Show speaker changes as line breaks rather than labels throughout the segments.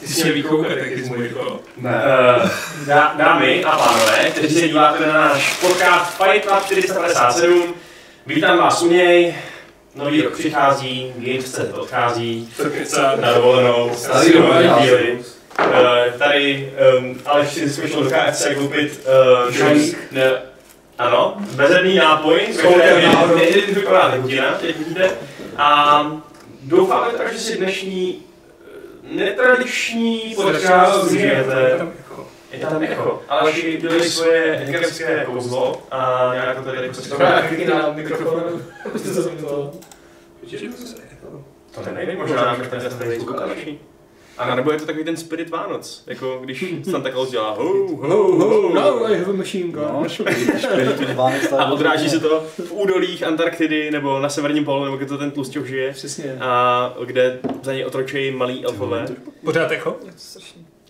Vlastně výchovu katechismu, Jirko.
Eh, dá- Dámy a pánové, kteří se díváte na náš podcast Fight Club 457, vítám vás u něj. Nový rok přichází, Gamescet odchází, chce na dovolenou, starý nové díly. Eh, Tady um, Aleš si jsme šel do KFC koupit eh,
Šalík.
ne, ano, bezedný nápoj, s
Koutem náhodou.
neidentifikovaná tekutina, teď vidíte. A doufáme tak, že si dnešní eh, netradiční podcast užijete. Je tam echo. Ale všichni byli svoje hackerské kouzlo a nějak to tady prostě
Dobrá, na mikrofon. Jste se to.
To nejde, možná nám ten ten Facebook a další. A nebo je to takový ten spirit Vánoc, jako když Santa Claus dělá ho, ho, ho,
No, I have a machine gun.
No, špiritu Vánoc tady.
a odráží se to v údolích Antarktidy nebo na severním polu, nebo kde to ten tlustěv žije
Přesně.
a kde za něj otročejí malí elfové.
Pořád echo?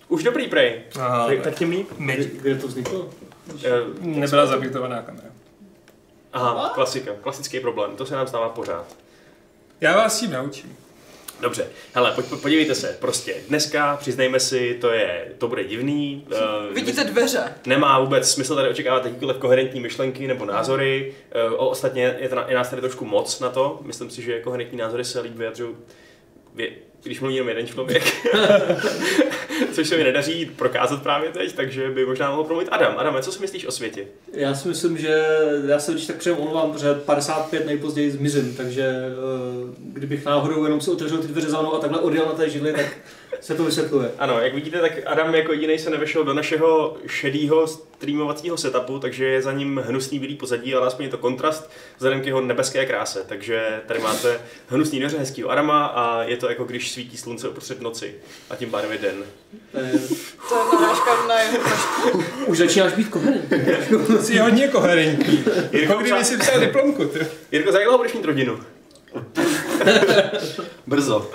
Už dobrý prej,
Aha,
tak, tak tím líp.
Kde,
Magic.
kde to vzniklo?
Eh,
Nebyla zabitovaná kamera.
Aha, klasika, klasický problém, to se nám stává pořád.
Já vás tím naučím.
Dobře, hele, pojď, podívejte se, prostě dneska, přiznejme si, to je, to bude divný. eh,
Vidíte dveře.
Nemá vůbec smysl tady očekávat jakýkoliv koherentní myšlenky nebo názory. Eh, O, ostatně je, to, je nás tady trošku moc na to. Myslím si, že koherentní názory se líp vyjadřují, vě- když mluví jenom jeden člověk. Což se mi nedaří prokázat právě teď, takže by možná mohl promluvit Adam. Adame, co si myslíš o světě?
Já si myslím, že já se když tak přejem omlouvám, protože 55 nejpozději zmizím, takže eh, kdybych náhodou jenom si otevřel ty dveře za mnou a takhle odjel na té židli, tak se to vysvětluje.
Ano, jak vidíte, tak Adam jako jediný se nevešel do našeho šedého streamovacího setupu, takže je za ním hnusný bílý pozadí, ale aspoň je to kontrast vzhledem k jeho nebeské kráse. Takže tady máte hnusný dveře hezkýho Adama a je to jako když svítí slunce uprostřed noci a tím pádem je den.
To je-
To je no narážka na jeho
Už začínáš být koherentní.
Jsi hodně koherentní. Jako
Jirko,
kdyby si psal diplomku, ty.
Jirko, za jak dlouho budeš mít rodinu?
Brzo.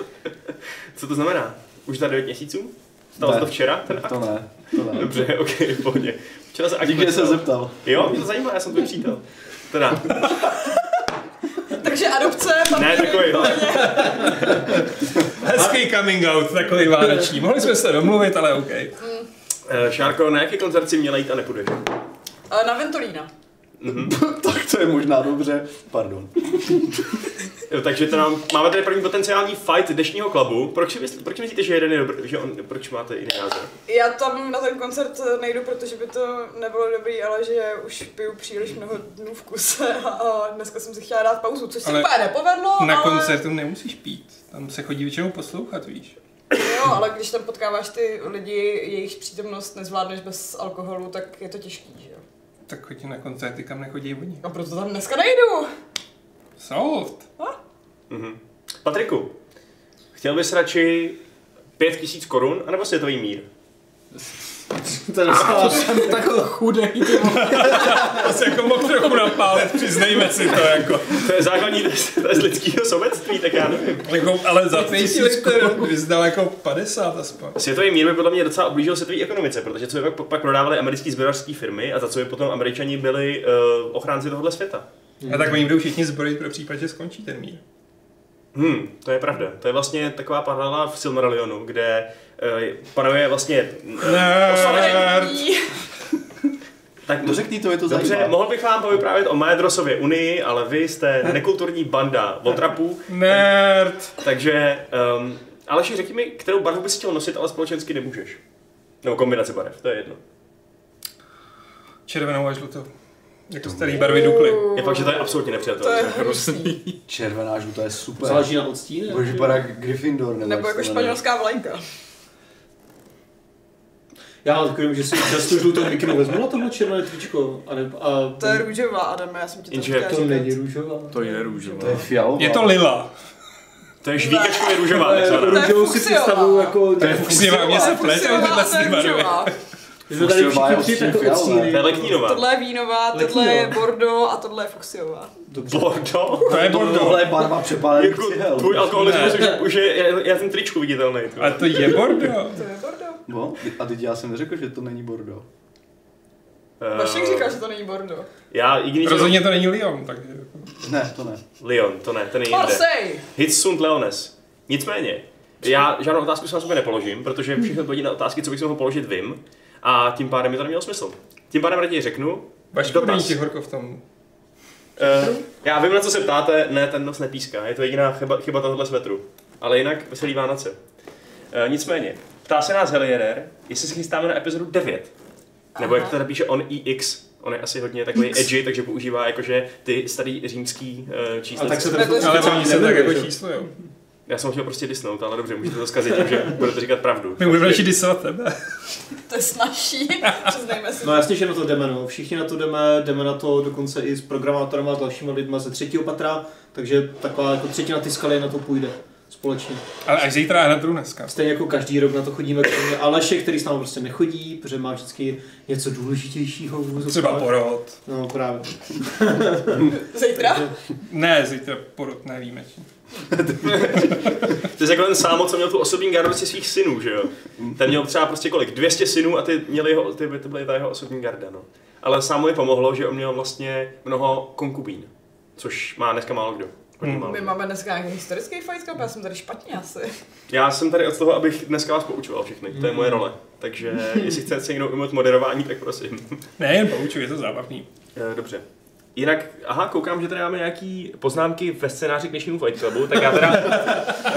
Co to znamená? Už za 9 měsíců? Stalo se
Ne.
to včera? Ten
To
akt?
ne, to ne.
Dobře, ok, v pohodě. Včera se akt
Díky, že se
nestal.
zeptal.
Jo, mě to zajímá, já jsem tvůj přítel. Teda,
Takže adopce, pan
ne no. takový,
Hezký coming out, takový vánoční. Mohli jsme se domluvit, ale OK.
Eh, Šárko, na jaký koncert si měla jít a nepůjdeš?
Eh, na Ventolína.
Tak to je možná dobře. Pardon.
Jo, takže to nám, máme tady první potenciální fight dnešního klubu. Proč, si myslí, proč myslíte, že jeden je dobrý, že on, proč máte jiný názor?
Já tam na ten koncert nejdu, protože by to nebylo dobrý, ale že už piju příliš mnoho dnů v kuse a- a dneska jsem si chtěla dát pauzu, což se
Ale
úplně nepovedlo,
Na
ale...
koncertu nemusíš pít. Tam se chodí většinou poslouchat, víš.
Jo, ale když tam potkáváš ty lidi, jejich přítomnost nezvládneš bez alkoholu, tak je to těžký, že jo.
Tak chodí na koncerty, kam nechodí oni.
A proto tam dneska nejdu.
Solved.
Mhm. Patriku, chtěl bys radši pět tisíc korun, anebo světový mír?
To je docela...
jsem takhle chudej. ty vole.
To se jako mohl trochu napálit, přiznejme si to jako.
To je základní test test lidského sobectví, tak já nevím.
jako ale za tisíc korun bys dal jako 50 aspoň.
Světový mír by podle mě docela oblížil světové ekonomice, protože co je pak, pak prodávaly americké zbrojařské firmy a za co by potom američani byli uh, ochránci tohohle světa.
A tak oni budou všichni zbrojit pro případ, že skončí ten mír.
Hmm, to je pravda. To je vlastně taková paralela v Silmarillionu, kde uh, panuje vlastně... eh, tak
No řekni to, je to
Dobře,
zajímavé.
mohl bych vám povyprávět o Maedrosově unii, ale vy jste nekulturní banda otrapů,
Nerd.
takže... Um, Aleši, řekni mi, kterou barvu bys chtěl nosit, ale společensky nemůžeš. Nebo kombinaci barev, to je jedno.
Červenou a žlutou. Jako starý barvy dukly.
Je fakt, že to je absolutně
To je
nepřijatelné.
hrozný.
Červená žlutá je super.
Záleží na odstín. ne?
Budeš vypadat jak Gryffindor. Nebo,
Nebo
jak
jako
se to jmenuje.
španělská vlajka.
Já ale takovým, že si čas tu žlutou mikinu vezmu na tohle červené tričko. A ne, a,
To je růžová, Adame, já jsem ti to
Jenže
chtěla
to
říkat.
není růžová.
To je růžová.
To je fialová.
Je to lila.
To je žvíkačkově růžová,
Ale
takzvaná.
Růžovou si
fuchsiová.
představuju jako...
To je
Fuchsiová, mě se
Ale prostě
pletou
fuchsiová
tyhle
a to je
si barvy.
růžová.
My jsme tady
Fuchsiová je
všichni
odstín
tři tak
fialové.
odstíny.
To je leknínová.
Tohle je vínová, tohle je
Leknívá.
bordo a tohle je fuchsiová.
Dobře.
Bordo?
To je bordo.
Tohle je barva přepálených
Jirku,
cihel.
tvůj alkoholismus
Ne.
už, už je, je, je ten tričku viditelný. ty
A
vole.
to je bordo.
To je bordo.
No, a teď já jsem neřekl, že to není bordo.
Eh,
Vašek říká, že to není bordo.
Já, i když...
Rozhodně to není Lyon, jako takže...
Ne, to ne.
Leon, to ne, ten je jinde.
Marseille!
Hits sunt Leones. Nicméně, Já žádnou otázku sám sobě nepoložím, protože všechny odpovědi na otázky, co bych si mohl položit, vím. A tím pádem mi to nemělo smysl. Tím pádem raději řeknu.
Vašku,
dotaz.
není ti horko v tom.
Uh, já vím, na co se ptáte, ne, ten nos nepíská, je to jediná chyba, chyba tohohle svetru. Ale jinak veselý Vánoce. Uh, nicméně, ptá se nás Helierer, jestli se chystáme na epizodu 9. Nebo jak to tady píše on IX. On je asi hodně takový edgy, takže používá jakože ty starý římský uh, čísla.
A tak se
Ne, to
to
je-
Ale oni se tak
nebude,
jako
že?
číslo, jo.
Já jsem ho chtěl prostě disnout, ale dobře, můžete to zkazit tím, že budete říkat pravdu.
My budeme radši disovat tebe.
To je snažší, přiznejme si.
No jasně, že na to jdeme, no. Všichni na to jdeme, jdeme na to dokonce i s programátorem a s dalšíma lidma ze třetího patra, takže taková jako třetina ty skaly na to půjde společně.
Ale až zítra a hned budu dneska.
Stejně jako každý rok na to chodíme, kromě Aleše, který s námi prostě nechodí, protože má vždycky něco důležitějšího. v úvozovkách.
Třeba porod.
No právě.
Zítra?
Ne, zítra porod nevíme. či-
Ty jsi jako ten sámo, co měl tu osobní gardu svých synů, že jo? Ten měl třeba prostě kolik? 200 synů a ty, měli jeho, ty, by- to byly ta jeho osobní garda, no. Ale sámo je pomohlo, že on měl vlastně mnoho konkubín, což má dneska málo kdo. Hodně
Hmm.
málo
My
kdo.
máme dneska nějaký historický fight club, já jsem tady špatně asi.
Já jsem tady od toho, abych dneska vás poučoval všechny, to je moje role. Takže jestli chcete se někdo ujmout moderování, tak prosím.
Ne, jen poučuji, je to zábavný.
Eh, Dobře. Jinak, aha, koukám, že tady máme nějaký poznámky ve scénáři k dnešnímu Fight Clubu, tak já teda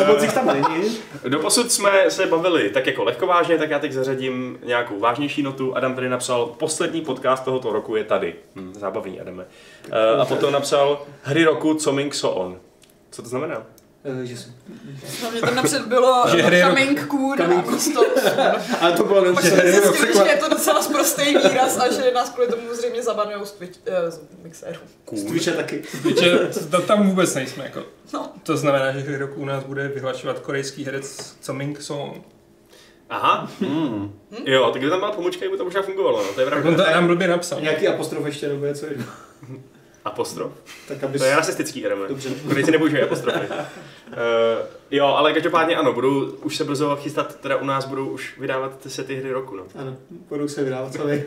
Moc jich tam není.
Doposud jsme se bavili tak jako lehkovážně, tak já teď zařadím nějakou vážnější notu. Adam tady napsal, poslední podcast tohoto roku je tady. Hm, zábavný, Adame. Uh, a potom napsal, hry roku co Ming So On. Co to znamená?
Eh, Že jsem.
No, mě tam napřed bylo eh,
Že hry-
coming cool a místo.
Ale to bylo
Pak jsme
neučené.
zjistili, že je to docela sprostý výraz a že nás kvůli tomu zřejmě zabanujou z, Twitch, eh, z mixéru.
Cool.
Stvíče taky.
Víte, to tam vůbec nejsme, jako.
No.
To znamená, že hry roku u nás bude vyhlašovat korejský herec Co Ming Song.
Aha.
Hmm.
Jo, tak kdyby tam byla pomůčka, jak by to možná fungovalo, no, to je
On to
pravda.
nám blbě napsal.
Nějaký apostrof ještě nebo něco jedno.
Apostrof.
Tak aby
To je rasistický, Adame.
Dobře.
Korejci nepoužívají apostrofy. Uh, jo, ale každopádně ano, budu už se brzo chystat, teda u nás budou už vydávat ty sety hry roku, no.
Ano, budou se vydávat sami.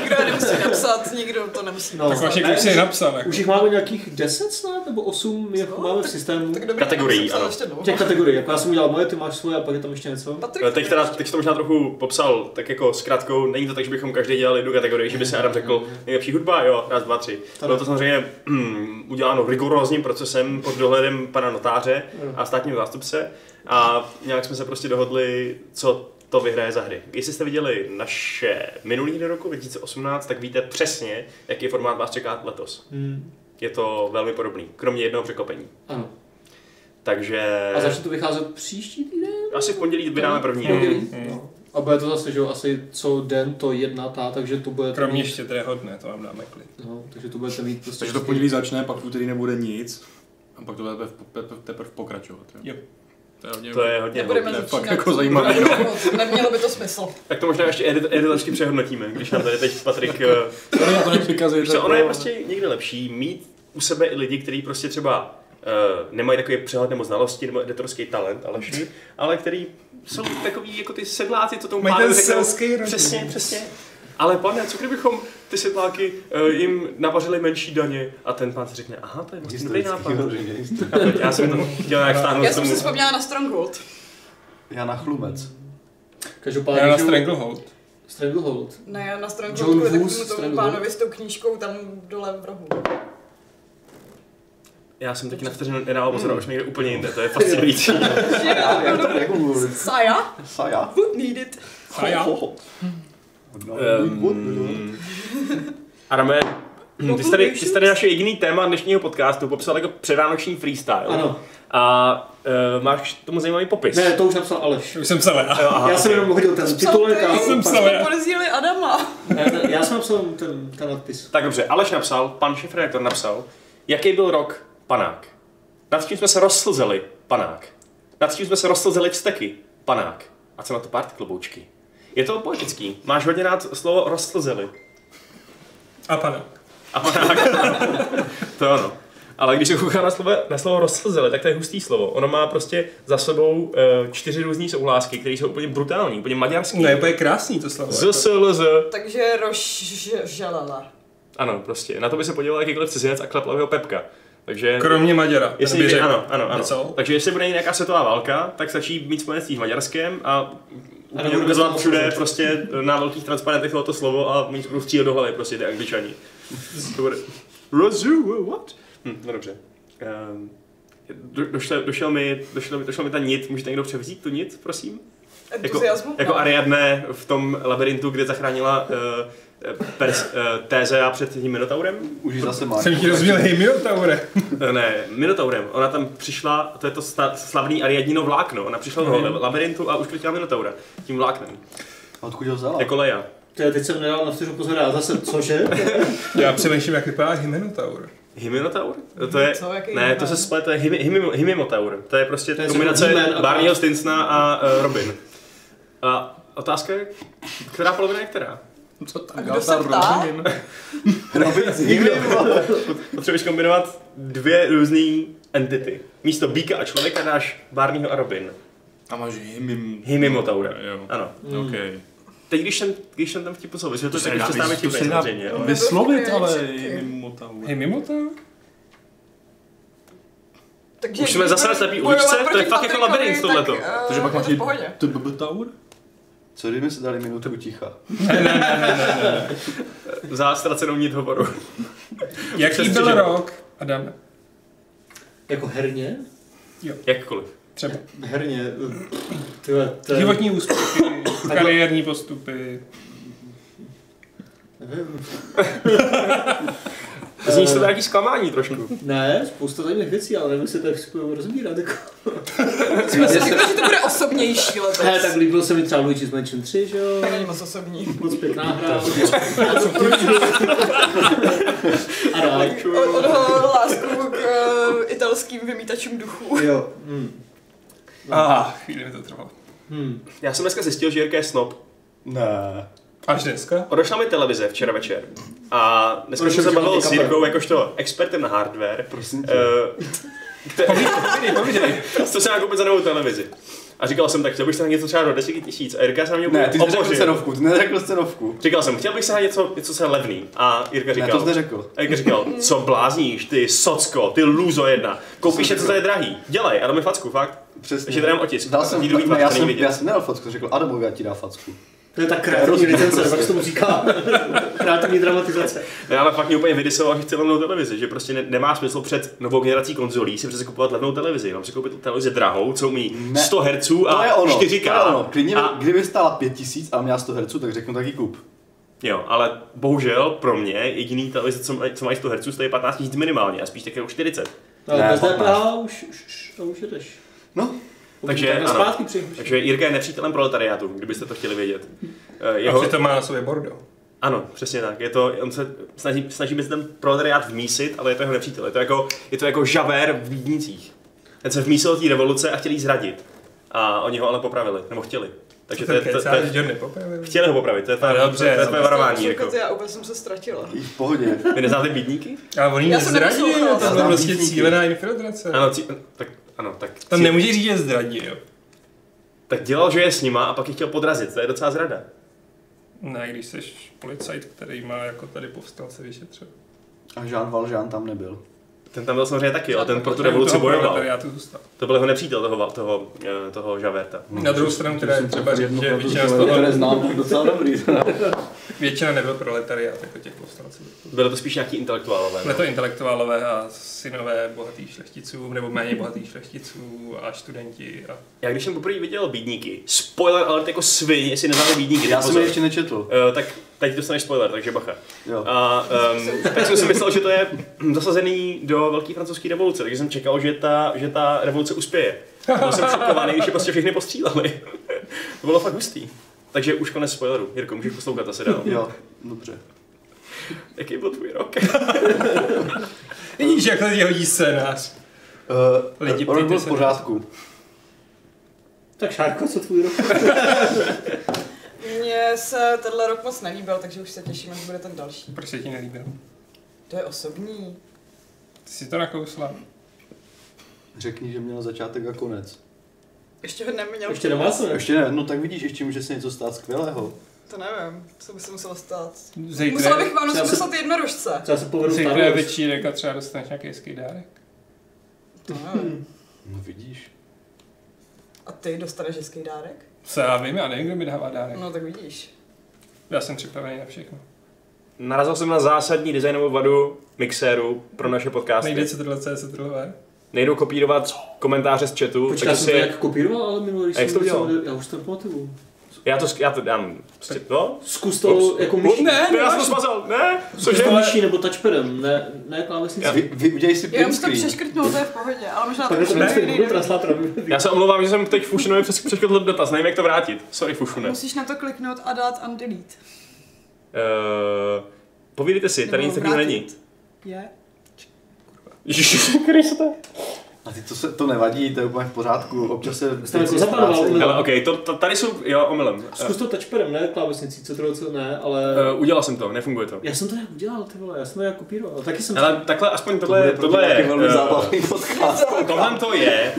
Nikdo je nemusí napsat, nikdo to nemusí
No.
Tak
napsat.
Vašek už si je napsal, jako.
Už jich máme nějakých 10 snad, nebo 8, jak
Co?
máme v systému.
Tak kdo by
Kategorií,
napsal
ano.
Ještě dlouho.
Těch kategorií, jako já jsem udělal moje, ty máš svoje a pak je tam ještě něco.
Patrik,
Teď, teda, teď jsi to možná trochu popsal tak jako zkrátkou, není to tak, že bychom každý dělali jednu kategorii, že by se Adam řekl nejlepší hudba, jo, raz, dva, tři.
To
Bylo
ne.
to samozřejmě hm, uděláno rigorózním procesem pod dohledem pana notáře
Ano.
a státního zástupce a nějak jsme se prostě dohodli, co to vyhraje za hry. Jestli jste viděli naše minulý hry roku 2018, tak víte přesně, jaký formát vás čeká letos.
Hmm.
Je to velmi podobný, kromě jednoho překopení.
Ano.
Takže
A začne to vycházet příští týden?
asi v pondělí vydáme první.
Hmm.
Pondělí? No. A bude to zase, že jo, asi co den to jedna tá, takže to bude...
Kromě štědrého dne, to vám dáme klid.
No, takže to budete mít prostě...
Takže to v pondělí začne, pak v úterý nebude nic. A pak to bude teprv- teprv- teprve pokračovat.
Jo.
To je hodně...
To je hodně
nebudeme
to je
začínat.
fakt jako zajímavý,
No, Nemělo by to smysl.
Tak to možná ještě edit- editačky přehodnotíme, když nám tady teď Patrik... eh,
To je to nepřikazuje.
Protože ono je prostě někdy lepší mít u sebe i lidi, kteří prostě třeba eh, nemají takový přehled nebo znalosti nebo editorský talent, ale ale který jsou takový jako ty sedláci, co tomu
Mají
pádem
ten
řeknou.
selský rozum.
Přesně, přesně. Ale pane, co kdybychom ty sedláky eh, jim navařili menší daně a ten pán si řekne, aha, to je vlastně dobrý nápad. Chápete? Já jsem to chtěl nějak stáhnout
Já
k
jsem si
tomu.
vzpomněla na Stronghold.
Já na chlumec.
Já na
Každopádně, že jo,
Stranglehold.
Stranglehold.
Ne, na Stronghold
John
kvůli
Woos,
takovému tomu
Stronghold.
pánovi s tou knížkou tam dole v rohu.
Já jsem teď na vteřinu nedával
Hmm.
pozor, a už někde úplně jinde, to je fascinující.
Já, jak to jak mluvil?
Saja?
Saja?
Would need it.
A já?
No,
Um, Adame,
No,
ty jsi, tady, ty jsi tady naše jediný téma dnešního podcastu popsal jako předvánoční freestyle.
Ano.
A uh, máš k tomu zajímavý popis.
Ne, to už napsal Aleš.
Už jsem psal já.
Jo, aha,
Já jsem
ok.
jenom hodil ten titulek a...
Já jsem
psal já.
podezíli Adama.
Ne, ne, Já jsem napsal ten, ten nadpis.
Tak dobře, Aleš napsal, pan šefredaktor napsal, jaký byl rok panák. Nad čím jsme se rozslzeli, panák. Nad čím jsme se rozslzeli vzteky, panák. A co na to party kloboučky? Je to poetický. Máš hodně rád slovo rozslzeli.
A pana.
A panák. to je ono. Ale když se kouká na slovo, na slovo rozslzeli, tak to je hustý slovo. Ono má prostě za sebou eh, čtyři různé souhlásky, které jsou úplně brutální, úplně maďarský.
Ne, to je krásný to slovo.
Z,
jako.
S, L, Z.
Takže rozželala.
Ano, prostě. Na to by se podíval jakýkoliv cizinec a klepl by ho Pepka. Takže...
Kromě Maďara.
Jestli
by
někdy,
řekl.
ano, ano, ano.
Něco?
Takže jestli bude nějaká světová válka, tak stačí mít spojenectví s Maďarskem a úplně
nebudou
ukazovat
to
všude
moc
prostě na velkých transparentech tohoto slovo a mít budou střílet do hlavy prostě ty angličani. To bude... Rozu, what? Hm, no dobře. Um, do, došel, došel, mi, došel, mi, došel mi ta nit, můžete někdo převzít tu nit, prosím?
Entuziasmu? No.
Jako Ariadne v tom labirintu, kde zachránila uh, pers, uh, Tézea před tím Minotaurem?
Už ji zase máš.
Jsem ti rozuměl Hymiotaure.
Eh, Ne, Minotaurem. Ona tam přišla, to je to sta- slavný Ariadino vlákno. Ona přišla do
Mhm.
la- labirintu a uškrtila Minotaura. Tím vláknem.
A Odkud ho vzala?
Jako Leia.
To je, teď jsem nedal na vteřinu pozor a zase, cože?
Já přemýšlím, jak vypadá Hymiotaur.
Hyminotaur? To je,
Co, jaký
ne, to se
jmen?
splete, to je hymi, hymi, Hymimotaur. To je prostě
To je
kombinace
jako He-Man a-
Barneyho Stinsona a uh, Robin. A otázka je, která polovina je která?
Co tam
A
dělá
kdo
ta
se ptá?
Robin?
Potřebuješ kombinovat dvě různé entity. Místo býka a člověka dáš Barneyho a Robin.
A máš himim.
Hymimotaura.
Jo.
Ano.
OK.
Teď, když jsem, když jsem tam vtipu souvisl, to
se
tak
nedá
ještě stáme
vys- to
vtipy,
se nedá-
samozřejmě. ale-
Vyslovit, ale
Vyslovit, jo.
himimotaur.
Hymiotaur?
Takže
Už jsme
když
zase na
budeš
slepý
bojovat
uličce, to je
proti
fakt jako
Patrikovi,
labirint tohleto.
tak, eh,
Takže pak
je
máš
to v pohodě.
tbtaur?
Co kdyby si dali minutu ticha?
Za ztracenou nit hovoru.
Jaký
Přesně,
byl
že-
rok? Adam?
jako herně?
Jakkoliv.
Třeba.
Herně, pff, tyhle, to je...
Životní úspěchy, kariérní postupy.
nevím.
Zní se to nějaký zklamání trošku.
Ne, spousta zajímavých věcí, ale nevím, jestli to jak budeme rozbírat. Jako.
Říkám, že to bude osobnější letos.
Ne, tak líbil se mi třeba Luigi's Mansion 3, že jo?
To není moc osobní.
Moc pěkná hra. A dál.
O- Odhalil lásku k eh, italským vymítačům duchů.
Jo. Hm.
A ah, chvíli mi to trvalo.
Hm.
Já jsem dneska zjistil, že Jirka je snob.
Ne.
Až dneska?
Odešla mi televize včera večer. A dneska jsem
Odešel
se
ti
bavil
hodně
s
kamer.
Jirkou jakožto expertem na hardware.
Prosím tě.
Eh, kte- Co se má koupit za novou televizi? A říkal jsem, tak chtěl bych se na něco třeba do 10 tisíc. A Jirka se na mě
Ne, ty jsi
obořil.
řekl cenovku, ty neřekl cenovku.
Říkal jsem, chtěl bych se na něco, něco se levný. A Jirka
Ne,
říkal,
to jsi neřekl.
A jak říkal, co blázníš, ty socko, ty lůzo jedna. Koupíš něco, co je drahý. Dělej, ale mi facku, fakt.
Přesně.
Ještě dám otisk.
Dal
Takový
jsem,
druhý
ne,
fakt,
já,
to není
jsem,
vidět.
já jsem nedal facku, řekl Adamovi, já ti dá facku.
To je tak kreativní
Rozumím,
licence,
prostě.
jak se tomu říká. kreativní dramatizace.
Ne, ale fakt mě úplně vydisoval, že chci levnou televizi, že prostě ne, nemá smysl před novou generací konzolí si přece kupovat levnou televizi, jenom si koupit televizi drahou, co umí
Ne.
100 Hz a
to je ono,
4K.
to je ono. Klidně,
a,
a... kdyby stála 5000 a měla 100 Hz, tak řeknu taky kup.
jo, ale bohužel pro mě jediný televize, co, maj- co mají 100 Hz, to je 15 000 minimálně a spíš také už 40.
No,
Ne,
bez
fakt
DPH už, už, už, a už jedeš.
No,
Takže
Tak na
ano.
zpátky přijdeš.
Takže Jirka je nepřítelem proletariátu, kdybyste to chtěli vědět. Eh,
A přitom má na sobě bordo.
Ano, přesně tak. Je to, on se snaží, snažíme se ten proletariát vmísit, ale je to jeho nepřítel. Je to jako, je to jako žavér v Vídnicích. Ten se vmísil té revoluce a chtěl jí zradit. A oni ho ale popravili, nebo chtěli. Takže to je, to, to,
Kecáš,
je,
že nepopravil.
chtěli ho popravit, to je
A
tvé to
dobře,
je tvé
dobře.
varování.
Jako.
Jako.
Já úplně jsem se ztratila.
i v pohodě.
Vy neznáte bídníky?
A on ji
Já jsem
nezradil,
neposlouchala.
to je
Znám
prostě
víc lidí.
cílená infiltrace.
Ano, cí, tak, ano, tak,
Tam
cí-
nemůže říct, že zradil.
tak dělal, že je s nima a pak je chtěl podrazit, to je docela zrada.
Ne, když jsi policajt, který má jako tady povstalce vyšetřit.
A Jean Valjean tam nebyl.
Ten tam byl samozřejmě taky, ale ten pro tu revoluci
Toho
bojoval.
proletariátu zůstal.
To byl jeho nepřítel, toho, toho, eh, toho žaverta.
Na druhou stranu teda je třeba říct, že většina, z toho,
Které znám docela dobrý.
většina nebyl proletariát jako těch povstalců.
Byli to spíš nějaký intelektuálové. no.
Byly to intelektuálové a synové bohatých šlechticů, nebo méně bohatých šlechticů a studenti. A...
Já když jsem poprvé viděl Bídníky, spoiler alert jako svin, jestli neznáte Bídníky,
Já
tak
jsem
pozor.
je ještě nečetl.
Eh, tak teď dostaneš spoiler, takže bacha.
Jo.
A um, tak jsem si myslel, že to je zasazený do velké francouzské revoluce, takže jsem čekal, že ta, že ta revoluce uspěje. Byl jsem šokovaný, když je prostě všechny postříleli. to bylo fakt hustý. Takže už konec spoileru. Jirko, můžeš poslouchat asi dál.
Jo, dobře.
Jaký byl tvůj rok?
Vidíš, jak lidi hodí scénář.
Uh,
Lidi,
rok byl
ptejte
v
se
pořádku.
Tak Šárko, co tvůj rok?
Mně se tenhle rok moc nelíbil, takže už se těším, až bude ten další.
Proč se ti nelíbil?
To je osobní.
Ty jsi to nakousla.
Řekni, že měl začátek a konec.
Ještě ho neměl.
Ještě nemá co?
Ještě ne, no tak vidíš, ještě může se něco stát skvělého.
To nevím, co by se muselo stát. Musela
Zítra,
bych Vánoce
třeba se-
poslat jednorožce.
Třeba se povedu
zítra je
Thanos.
večírek a třeba dostaneš nějaký hezký dárek.
To nevím.
No vidíš.
A ty dostaneš hezký dárek?
Co já vím, já nevím, kdo mi dává dárek.
No tak vidíš.
Já jsem připravený na všechno.
Narazil jsem na zásadní designovou vadu mixéru pro naše podcasty.
Nejde se tohle, co je se tohle.
Nejdou kopírovat komentáře z chatu,
Počkej, já
takže
jsem to
si...
nějak kopíroval, ale minulý když
A jak jsi to
jsem
udělal?
jsem- Já už to nepamatuju.
Já to, já to dám, prostě, no.
Zkus to
Ups.
jako myší.
Ne,
Ne, já jsem to smazal, ne,
Zkus
cože?
to myší nebo touchpadem, ne, ne klávesnicí.
Vy, vy udělej si
Jenom
print
si to
screen.
přeškrtnul, to je v pohodě, ale možná to
Pak je to
už
na
nejde.
Google Translator.
Já se omlouvám, že jsem teď Fušunovi přes přeškrtl dotaz, nevím jak to vrátit. Sorry Fušune. Uh,
Musíš na to kliknout a dát undelete.
Eh, povídejte si, tady nic
Nebo
takového
vrátit.
není.
Je?
Ježiš, Kriste.
A ty to, se, to nevadí, to je úplně v pořádku. Občas se...
Jste jako zapanoval,
ztrácejí.
omylem.
Hele, ok, to, to, tady jsou, jo, omylem.
Zkus to touchpadem, ne klávesnicí, co to co ne, ale...
Uh, udělal jsem to, nefunguje to.
Já jsem to nějak udělal, ty vole, já jsem to nějak kopíroval. Taky jsem...
Ale takhle aspoň
To bude
tohle,
pro
tohle
tě taky
je,
velmi
eh,
zábavný podcast.
tohle to je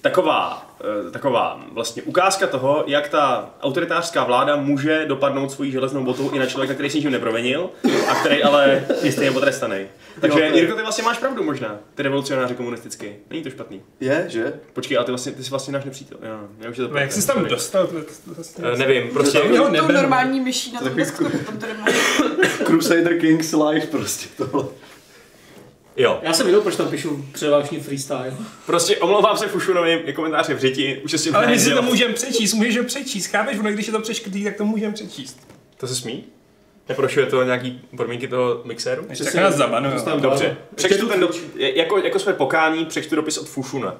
taková, eh, taková vlastně ukázka toho, jak ta autoritářská vláda může dopadnout svojí železnou botou i na člověka, který s ničím neprovenil a který ale je stejně potrestaný. Takže
Jo, to je-
Jirko, ty vlastně máš pravdu možná, ty revolucionáři komunistický. Není to špatný.
Je, že?
Počkej, ale ty, vlastně, ty jsi vlastně náš nepřítel. Jo, já už je to
No, jak jsi tam dostal? To, to, to, to,
Eh, Nevím, prostě.
To
Jo, Jako tou
neberu.
normální myší na
To
tom
taky-
desktopu, tam to nemůžu.
Crusader Kings Live prostě tohle.
Jo.
Já jsem viděl, proč tam píšu převážný freestyle.
Prostě omlouvám se Fušunovi, je komentář je v řiti, už se s tím
ale my si
nedělal.
to můžeme přečíst, můžeš ho přečíst, chápeš? Ono, když je to přeškrtý, tak to můžeme přečíst.
To se smí? Neprošuje to nějaký podmínky toho mixéru?
Ještě tak nás zabanujou.
Tam
Dobře,
dávám.
přečtu ten dopis, jako, jako své pokání přečtu dopis od Fušuna.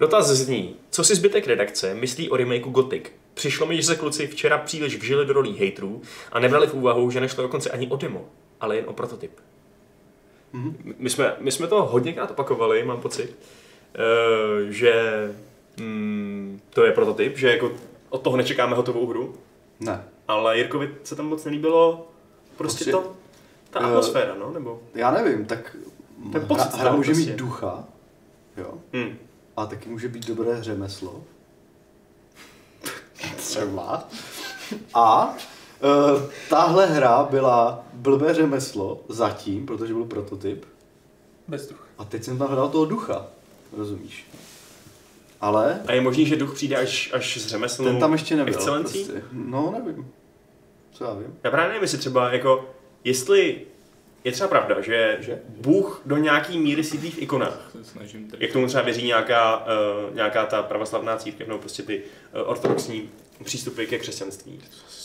Dotaz zní, co si zbytek redakce myslí o remakeu Gothic? Přišlo mi, že se kluci včera příliš vžili do rolí hejtrů a nebrali v úvahu, že nešlo dokonce ani o demo, ale jen o prototyp.
Mhm.
Mm-hmm. My, jsme, my jsme to hodněkrát opakovali, mám pocit, eh, že mm, to je prototyp, že jako od toho nečekáme hotovou hru,
Ne.
ale Jirkovi se tam moc nelíbilo prostě
Prostě-
to, ta
Eh,
atmosféra, no, nebo...
Já nevím, tak
Ten
hra,
pocit z
hra
toho
může
prostě.
mít ducha, jo,
Hm.
a taky může být dobré řemeslo. Třeba. A uh, tahle hra byla blbé řemeslo zatím, protože byl prototyp,
Bez ducha.
a teď jsem tam hledal toho ducha, rozumíš? Ale
A je možný, že duch přijde až, až s řemeslnou
ten tam ještě nebyl.
excelencí?
Prostě. No, nevím. Co já vím.
Já právě nevím, jestli třeba jako, jestli je třeba pravda, že,
Že?
Bůh do nějaký míry sídlí v ikonách.
Se snažím tady.
Jak tomu třeba věří nějaká, uh, nějaká ta pravoslavná církev, nebo prostě ty uh, ortodoxní přístupy ke křesťanství.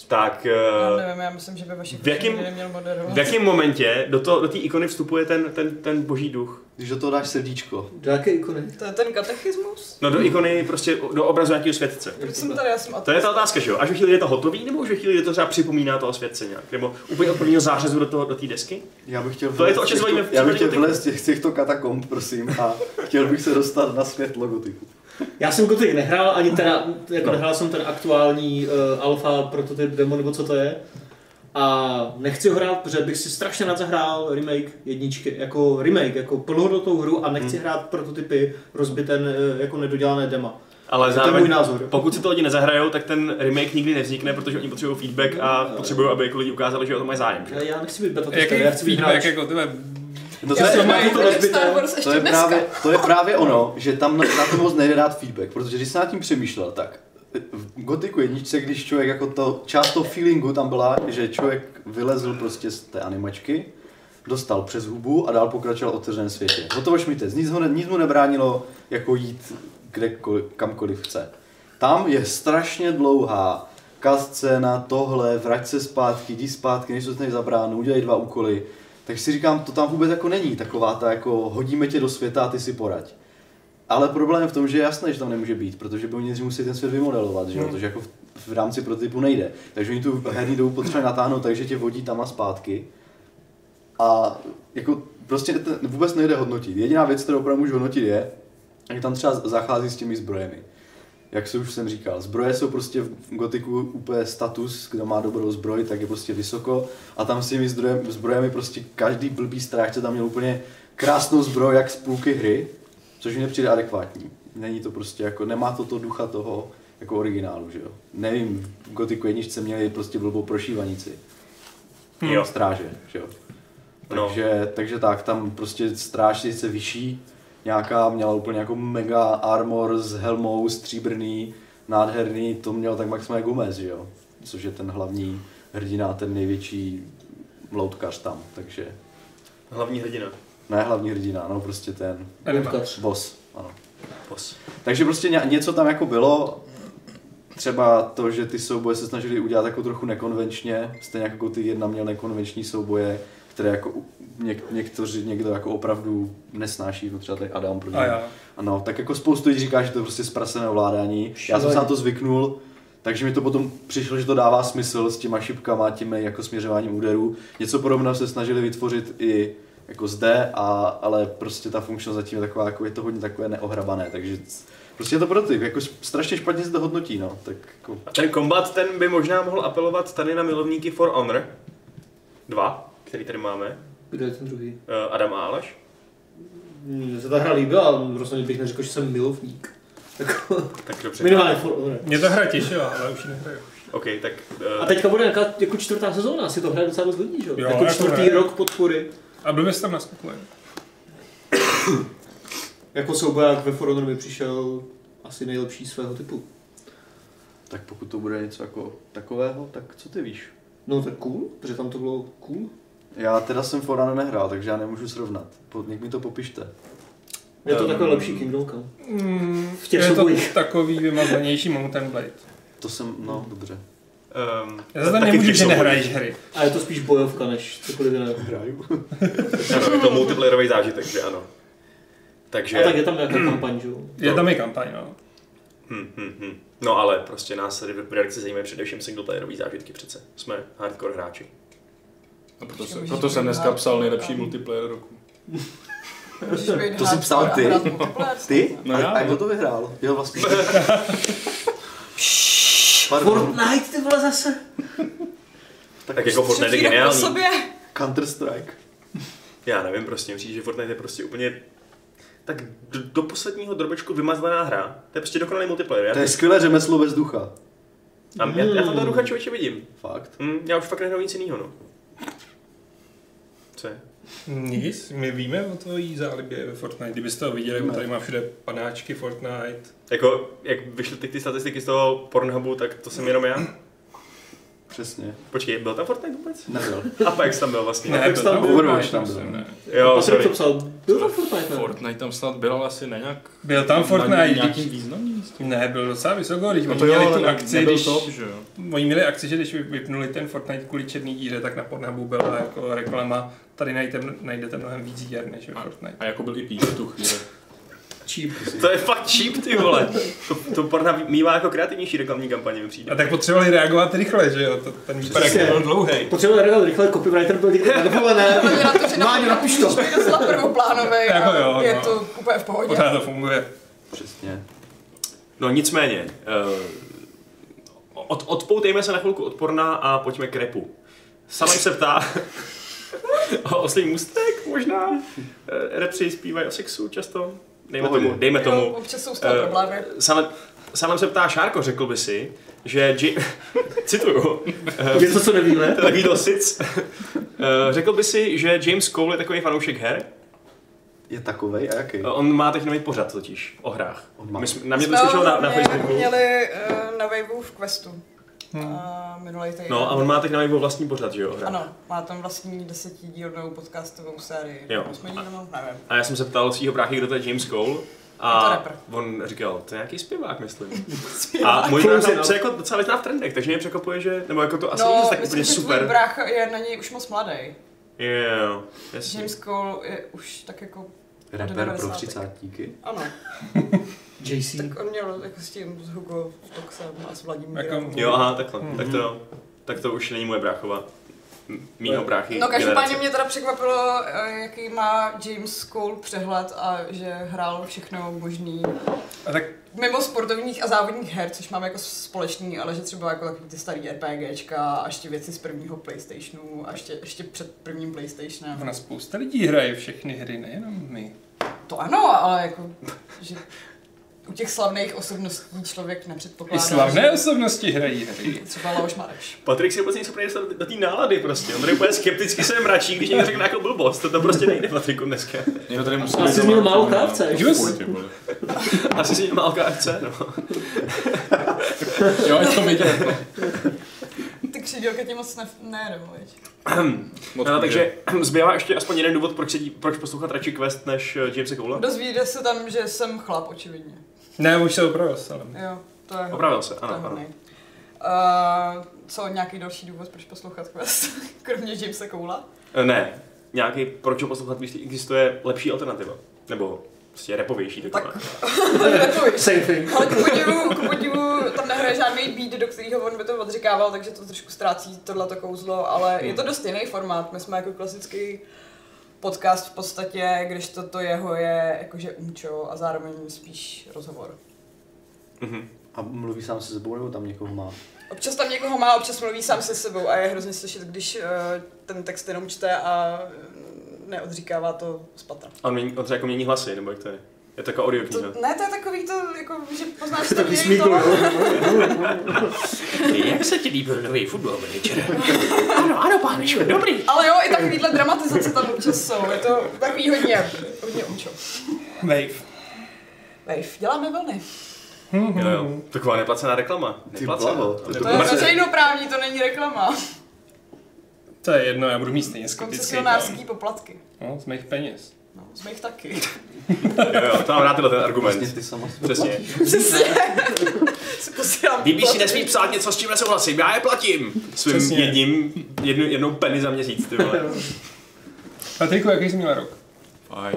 Tak
Já
uh,
nevím, já myslím, že by vaši
v jakém-
neměl moderovat.
v jakém momentě do, to, do té ikony vstupuje ten, ten, ten boží duch?
Když do toho dáš srdíčko,
Do jaké ikony?
To je ten katechismus?
No do
Hmm.
ikony prostě do obrazu nějakého světce.
Proč jsem tady, já jsem
To je ta otázka, že jo? Až ve chvíli je to hotový, nebo už ve chvíli je to třeba připomíná toho světce nějak? Nebo úplně od prvního zářezu do toho- do té desky?
Já bych chtěl
To je to,
vlézt
o čem se
těchto-
bavíme v
Já bych chtěl
případě gotiku.
vlézt z těch, z těchto katakomb, prosím, a chtěl bych se dostat na svět logotypu.
Já jsem Gothic nehrál, ani teda, jako nehrál jsem ten aktuální uh, alfa prototyp demo, nebo co to je. A nechci ho hrát, protože bych si strašně rád zahrál remake jedničky, jako remake, jako plnohodnotnou hru a nechci hmm. hrát prototypy rozbité, eh, jako nedodělané dema.
Ale
To je
zároveň,
můj názor.
pokud si to lidi nezahrajou, tak ten remake nikdy nevznikne, protože oni potřebují feedback a potřebují, aby jako lidi ukázali, že o tom mají zájem. že jo?
Já- Já nechci být beta tester, já
Jaký
chci být hráč.
feedback, jako tebe,
No to,
Já
je,
jsem
to
tady,
jako
mají to
to
rozbité.
Star Wars
to,
ještě
je
dneska.
právě, to je právě ono, že tam na, na to moc nejde dát feedback, protože když jsem nad tím přemýšlel, tak v Gotiku jedničce, když člověk jako to, část toho feelingu tam byla, že člověk vylezl prostě z té animačky, dostal přes hubu a dál pokračoval v otevřeném světě. Hotovo šmitec, nic, ho ne, nic mu nebránilo jako jít kdekoliv, kamkoliv chce. Tam je strašně dlouhá na tohle, vrať se zpátky, jdi zpátky, než dostaneš za bránu, udělej dva úkoly. Tak si říkám, to tam vůbec jako není, taková ta jako hodíme tě do světa a ty si porať. Ale problém je v tom, že je jasné, že tam nemůže být, protože by oni nejdřív museli ten svět vymodelovat, že jo? Protože jako v, v rámci prototypu nejde. Takže oni tu herní dobu potřebovali natáhnout, takže tě vodí tam a zpátky. A jako prostě ten vůbec nejde hodnotit. Jediná věc, kterou opravdu můžu hodnotit, je, jak tam třeba zachází s těmi zbrojemi. Jak se už jsem říkal, zbroje jsou prostě v gotiku úplně status, kdo má dobrou zbroj, tak je prostě vysoko. A tam s těmi zdrojem, zbrojemi prostě každý blbý strážce tam měl úplně krásnou zbroj, jak z půlky hry, což mi nepřijde adekvátní. Není to prostě jako, nemá to to ducha toho, jako originálu, že jo. Nevím, v Gothicu jedničce měli prostě blbou prošívanici.
Jo.
Stráže, že jo.
No.
Takže, takže tak, tam prostě stráž sice vyšší, nějaká měla úplně jako mega armor s helmou, stříbrný, nádherný, to měl tak maximálně Gomez, že jo. Což je ten hlavní hrdina, ten největší loutkař tam, takže
Hlavní hrdina.
ne hlavní hrdina, no prostě ten
Loutkař.
boss, ano.
Pos.
Takže prostě ně- něco tam jako bylo, třeba to, že ty souboje se snažili udělat jako trochu nekonvenčně, stejně jako ty jedna měl nekonvenční souboje, které jako u- něk, někteří, někdo jako opravdu nesnáší, no třeba tady Adam proti.
A já.
Ano, tak jako spoustu lidí říká, že to je prostě zprasené ovládání. Já jsem se na to zvyknul, takže mi to potom přišlo, že to dává smysl s těma šipkama, tím jako směřováním úderů. Něco podobného se snažili vytvořit i jako zde, a, ale prostě ta funkčnost zatím je taková, jako je to hodně takové neohrabané, takže c- prostě je to prototyp, jako s- strašně špatně se to hodnotí, no, tak jako,
A ten kombat, ten by možná mohl apelovat tady na milovníky For Honor 2, který tady máme.
Kdo je ten druhý?
Eh, Adam a Aleš.
Mně se ta hra líbila, ale rozhodně bych neřekl, že jsem milovník. Jako,
Tak dobře.
minimálně for honor.
Mě ta hra těšila, ale už ji nehraju.
OK, tak...
A
eh,
teďka bude nějaká jako čtvrtá sezóna, asi to hraje docela dost lidí, že jo?
Jo,
Jako
jako
čtvrtý
ne.
rok podpory.
A blbě se tam naskakuje.
Jako souboják ve For Honor mi přišel asi nejlepší svého typu.
tak pokud to bude něco jako takového, tak co ty víš?
No tak cool, protože tam to bylo cool.
Já teda jsem Forana nehrál, takže já nemůžu srovnat. Po- Něk mi to popište.
Je to
Ehm.
takové lepší Kingdom Come.
Mm,
V těch
je to
soubojích.
takový vymazlenější Mountain Blade.
To jsem, no, dobře.
ehm,
Já se tam
taky
nemůžu,
ty
že
jsou
nehraješ hry.
A je to spíš bojovka než cokoliv jiného.
Hraju.
Ano, je to multiplayerový zážitek, že ano. Takže...
A tak je tam nějaká kampaň, že jo?
Je tam i kampaň, no.
Hm, hm, hm. No ale prostě nás tady v redakci zajímají především singleplayerový zážitky přece. Jsme hardcore hráči.
A proto, se, proto jsem dneska psal nejlepší multiplayer roku.
To jsi psal ty? Ty?
No
a,
já,
a
no.
kdo to vyhrál? Jo, vlastně. Pardon,
Fortnite, ty vole zase!
Tak, tak jako Fortnite je
po
geniální.
sobě.
Counter-Strike.
Já nevím, prostě mi přijde, že Fortnite je prostě úplně tak do, do posledního drobečku vymazlená hra. To je prostě dokonalý multiplayer. Já,
To je Hmm. skvělé řemeslo bez ducha.
a já, já tam toho ducha člověče vidím.
Fakt.
Hm, já už fakt nehrám nic jiného, no. Co je?
Nic, my víme o tvojí zálibě ve Fortnite. Kdybyste to viděli,
Ne.
tady má všude panáčky Fortnite.
Jako, jak vyšly ty, ty statistiky z toho Pornhubu, tak to jsem jenom já.
Přesně.
Počkej, byl tam Fortnite vůbec?
Nebyl.
Apex tam byl vlastně.
Ne, byl
tam
tam
byl
Overwatch,
Overwatch, tam
myslím,
no.
byl.
ne.
Jo,
Patrik
sorry.
to psal, byl to Fortnite, ne?
Fortnite tam snad byl, ale asi ne nějak...
Byl tam
na
Fortnite,
nějakým
když-
významným místem.
ne, byl docela vysoko, když
No
oni
to jo,
měli
ale
tu
ne,
akci,
nebyl
když,
top, že jo.
oni měli akci, že když vy- vypnuli ten Fortnite kvůli černý díře, tak na Pornhubu byla jako reklama, tady najdete, najdete mnohem víc her než ve Fortnite.
A jako byl i píč v tu chvíli.
Cheap.
To je fakt cheap, ty vole. To, to Pornhub mývá jako kreativnější reklamní kampaně, mi přijde.
A tak potřebovali reagovat rychle, že jo, to, ten výpadek
Přesně.
byl dlouhý.
Potřeboval reagovat rychle, copywriter byl někde na dovolené.
Hlavně na to, že
Máňo, napiš to.
je docela prvoplánový a
Jako jo,
je
no.
to úplně v pohodě.
Pořád to funguje.
Přesně.
No nicméně, eh, od, odpoutejme se na chvilku od porna a pojďme k repu. Samej se ptá o oslý můstek možná. Eh, Repři zpívají o sexu často. Dejme
Pohodě.
tomu, dejme
Jo,
tomu.
občas jsou z toho
Eh,
problémy.
Sam, sám se ptá Šárko, řekl by si, že... J- cituju. eh,
Něco, co nevíme.
To je takový dosic. Eh, Řekl by si, že James Cole je takový fanoušek her?
Je takovej a jaký?
Eh, On má teď nový pořad totiž o hrách.
On má.
My jsme, na mě to slyšel na, na
Jsme
Facebooku.
měli eh, na Waveu v Questu.
Hmm.
A minulý týden.
No a on má teď na Weibo vlastní pořad, že jo? o hrách.
Ano, má tam vlastní desetidílnou podcastovou sérii.
Jo.
Jsme ji jenom, nevím.
A já jsem se ptal svého bráchy, kdo to je James Cole.
Je to
A
rapper.
on říkal, to je nějaký zpěvák, myslím. A můj
Cool,
brácha
no.
se jako docela vyzná v trendech, takže mě překvapuje, že, nebo jako to asi není
No,
zas tak
myslím,
úplně
že tvůj
super.
brácha je na něj už moc mladý.
Jo, jasně.
James Cole je už tak jako,
Rapper pro třicátníky.
ano,
JC.
tak on měl jako s tím, s Hugo Toxem a s Vladimírem.
Jako-
Jo, aha, takhle. Tak to, tak to už není moje bráchova. M- Mýho bráchy.
No každopádně
generace.
mě teda překvapilo, eh, jaký má James Cole přehled a že hrál všechno možný.
A tak
Mimo sportovních a závodních her, což máme jako společný, ale že třeba jako takový ty starý RPGčka a ještě věci z prvního Playstationu a ještě, ještě před prvním Playstationem.
ona spousta lidí hraje všechny hry, nejenom my.
To ano, ale jako, že u těch slavných osobností člověk
I
nepředpokládá.
slavné
že-
osobnosti hrají hry.
Třeba Leoš Mareš.
Patrik si vůbec nejsou prejde do té nálady prostě. On tady úplně skepticky se mračí, když někdo řekne jako blbost. To, to prostě nejde Patriku dneska.
Někdo tady musí
Asi
být
jsi
doma,
měl
ty
málo
vole.
kávce,
Fuj,
just.
ty vole.
Asi si má LKFC, no.
Jo, to viděl.
Ty křídelka tě moc ne, nejedou, viď?
Moc
no
kůže.
takže zbývá ještě aspoň jeden důvod, proč, se dí, proč poslouchat radši Quest než eh, Jamesa Coula.
Dozvíde se tam, že jsem chlap, očividně.
Ne, už se opravil jsem.
Jo, to je
Opravil se,
to je
ano, ano.
hodnej. Uh, co, nějaký další důvod, proč poslouchat Quest? Kromě Jamesa Koula?
Eh, Ne, nějaký proč ho poslouchat, když existuje lepší alternativa. Nebo prostě repovější taková.
Takový.
Same thing.
Ale k podivu, k podivu, tam nehraje žádný beat, do kterého on by to odříkával, takže to trošku ztrácí tohleto kouzlo, ale je
Hmm.
to dost jiný formát. My jsme jako klasický podcast v podstatě, když to to jeho je jakože umčo a zároveň spíš rozhovor.
Mhm.
A mluví sám se sebou, nebo tam někoho má?
Občas tam někoho má, občas mluví sám se sebou a je hrozně slyšet, když eh, ten text jenom čte a eh, neodříkává to z patra.
A on, mění, on třeba jako mění hlasy, nebo jak to je. Je to jako audio kniha.
To, ne, to je takový to, jako, že poznáš
To
to,
by
že
smíkl,
to
jo.
Jak se ti líbil nový fotbal manager? ano, ano, pánečku, dobrý.
Ale jo, i takovýhle dramatizace tam občas jsou, je to takový hodně, hodně umčo.
Wave.
Wave, děláme vlny.
Jo, jo. Taková neplacená reklama.
Ty
Neplacená.
blavo, to je
To
Neplacená.
je
Marcel.
veřejnoprávní, to není reklama.
To je jedno, já budu mít stejně skeptický.
Koncesionářský poplatky.
No, z mých peněz.
No, z mých taky.
Jo, jo, to mám rád tenhle ten
Vlastně
argument.
ty sama si
Přesně.
Přesně. si posílám poplatky.
psát něco, s čím nesouhlasím, já je platím. Svým
Přesně.
jedním, jednu, jednou penny za měsíc, ty vole.
Patriku, jaký jsi měl rok?
Fajn.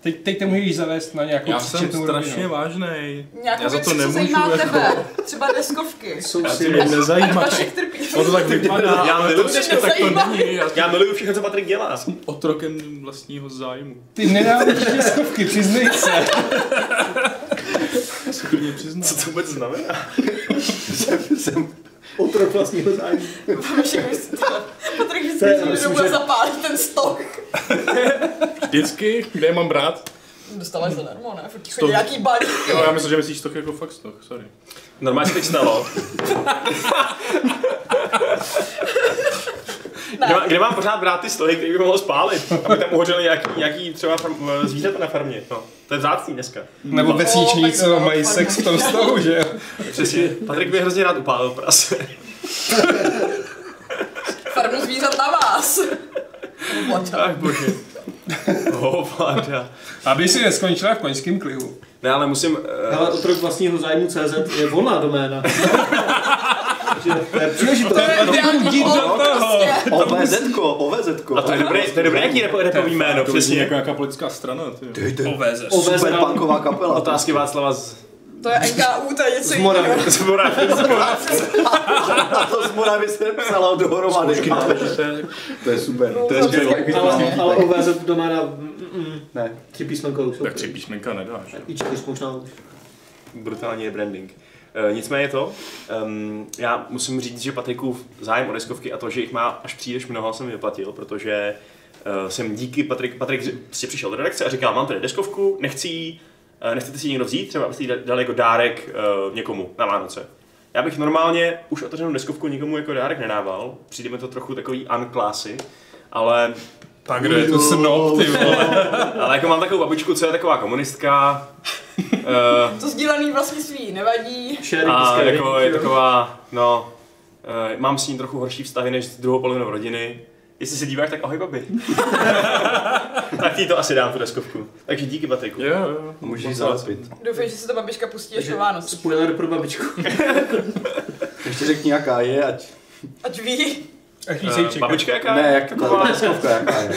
Teď, teď to můžeš zavést na nějakou
Já jsem
příčetnou
strašně
rovinu.
vážnej.
Nějakou
Já za
věc,
to
co
nemůžu,
zajímá
jako.
tebe. Třeba deskovky.
Jsou
Já si
si
mě
Ať
nezajímá.
Vašek trpí.
On to tak vypadá,
Já
ale
miluju
to prostě tak
všechno
to není. Já
Já miluju všechno, co Patrik dělá.
jsem otrokem vlastního zájmu.
Ty nedáváš tiskovky, přiznej se.
Já se klidně přiznám.
Co to vůbec znamená?
otrok vlastního zájmu.
Vašek vždycky Patrik
To je,
vždycky přijde
myslím,
domů a
že-
zapálí ten stok.
Vždycky, kde je mám brát?
Dostala zadarmo, ne? Furt ti
Stok.
chodí nějaký balíky.
Jo, já myslím, že myslíš tak jako fakt stok, sorry.
Normálně se teď stalo. Kde, má- kde mám pořád brát ty stohy, které by mohlo spálit? Aby tam uhořeli nějaký, nějaký třeba farm, zvířata na farmě. No, to je vzácný dneska.
Nebo vesniční, co mají sex v tom stavu, že jo?
Přesně. Patrik by hrozně rád upálil prase.
Farmu zvířat na vás.
Ach bože. Hovada.
Aby si neskončila v koňském klihu.
Ne, ale musím... eh,
Ale otrok vlastního zájmu CZ je volná doména. Takže to je
To
příležitost.
je ten dít do toho.
prostě.
OVZ-ko, OVZ-ko.
A to je dobré, to je dobré, jaký repo, repový jméno,
To je
přesně.
jako nějaká politická strana, ty jo.
Ty, to je
Ovezeš.
OVZ.
super punková kapela.
Otázky Václava z...
To je NKU, to je něco
Z Moravy.
jiného.
z Moravy.
A to z Moravy se psala dohromady. To je super. To je skvělé.
Ale, ale OVZ doména, mm, mm,
Ne.
tři písmenka už jsou.
Tak tři písmenka nedáš. jo.
I čtyř možná už.
Brutální rebranding. Eh, Nicméně to, um, já musím říct, že Patrikův zájem o deskovky a to, že jich má až příliš mnoho, jsem vyplatil, protože eh, jsem díky Patrik, Patrik prostě přišel do redakce a říkal, mám tady deskovku, nechci ji, eh, nechcete si ji někdo vzít, třeba abyste ji dali jako dárek eh, někomu na Vánoce. Já bych normálně už otevřenou deskovku nikomu jako dárek nedával, přijde mi to trochu takový unclassy, ale
Tak kde je to snob, ty vole.
Ale jako mám takovou babičku, co je taková komunistka. eh,
To sdílený vlastnictví nevadí.
Sharing is
prostě
a
caring,
jako je
jo.
taková, no, eh, mám s ní trochu horší vztahy než s druhou polovinou rodiny. Jestli se díváš, tak ahoj babi. tak ti to asi dám tu deskovku. Takže díky Patriku.
Jo, jo.
Můžeš ji zalepit.
Doufej, že se to babička pustí až
Takže
do Vánoc.
Spoiler pro babičku.
Ještě řekni, jaká je, ať...
Ať ví.
Ach, jí
Eh,
sejček.
babička jaká?
Ne, jak ta deskovka, jaká je.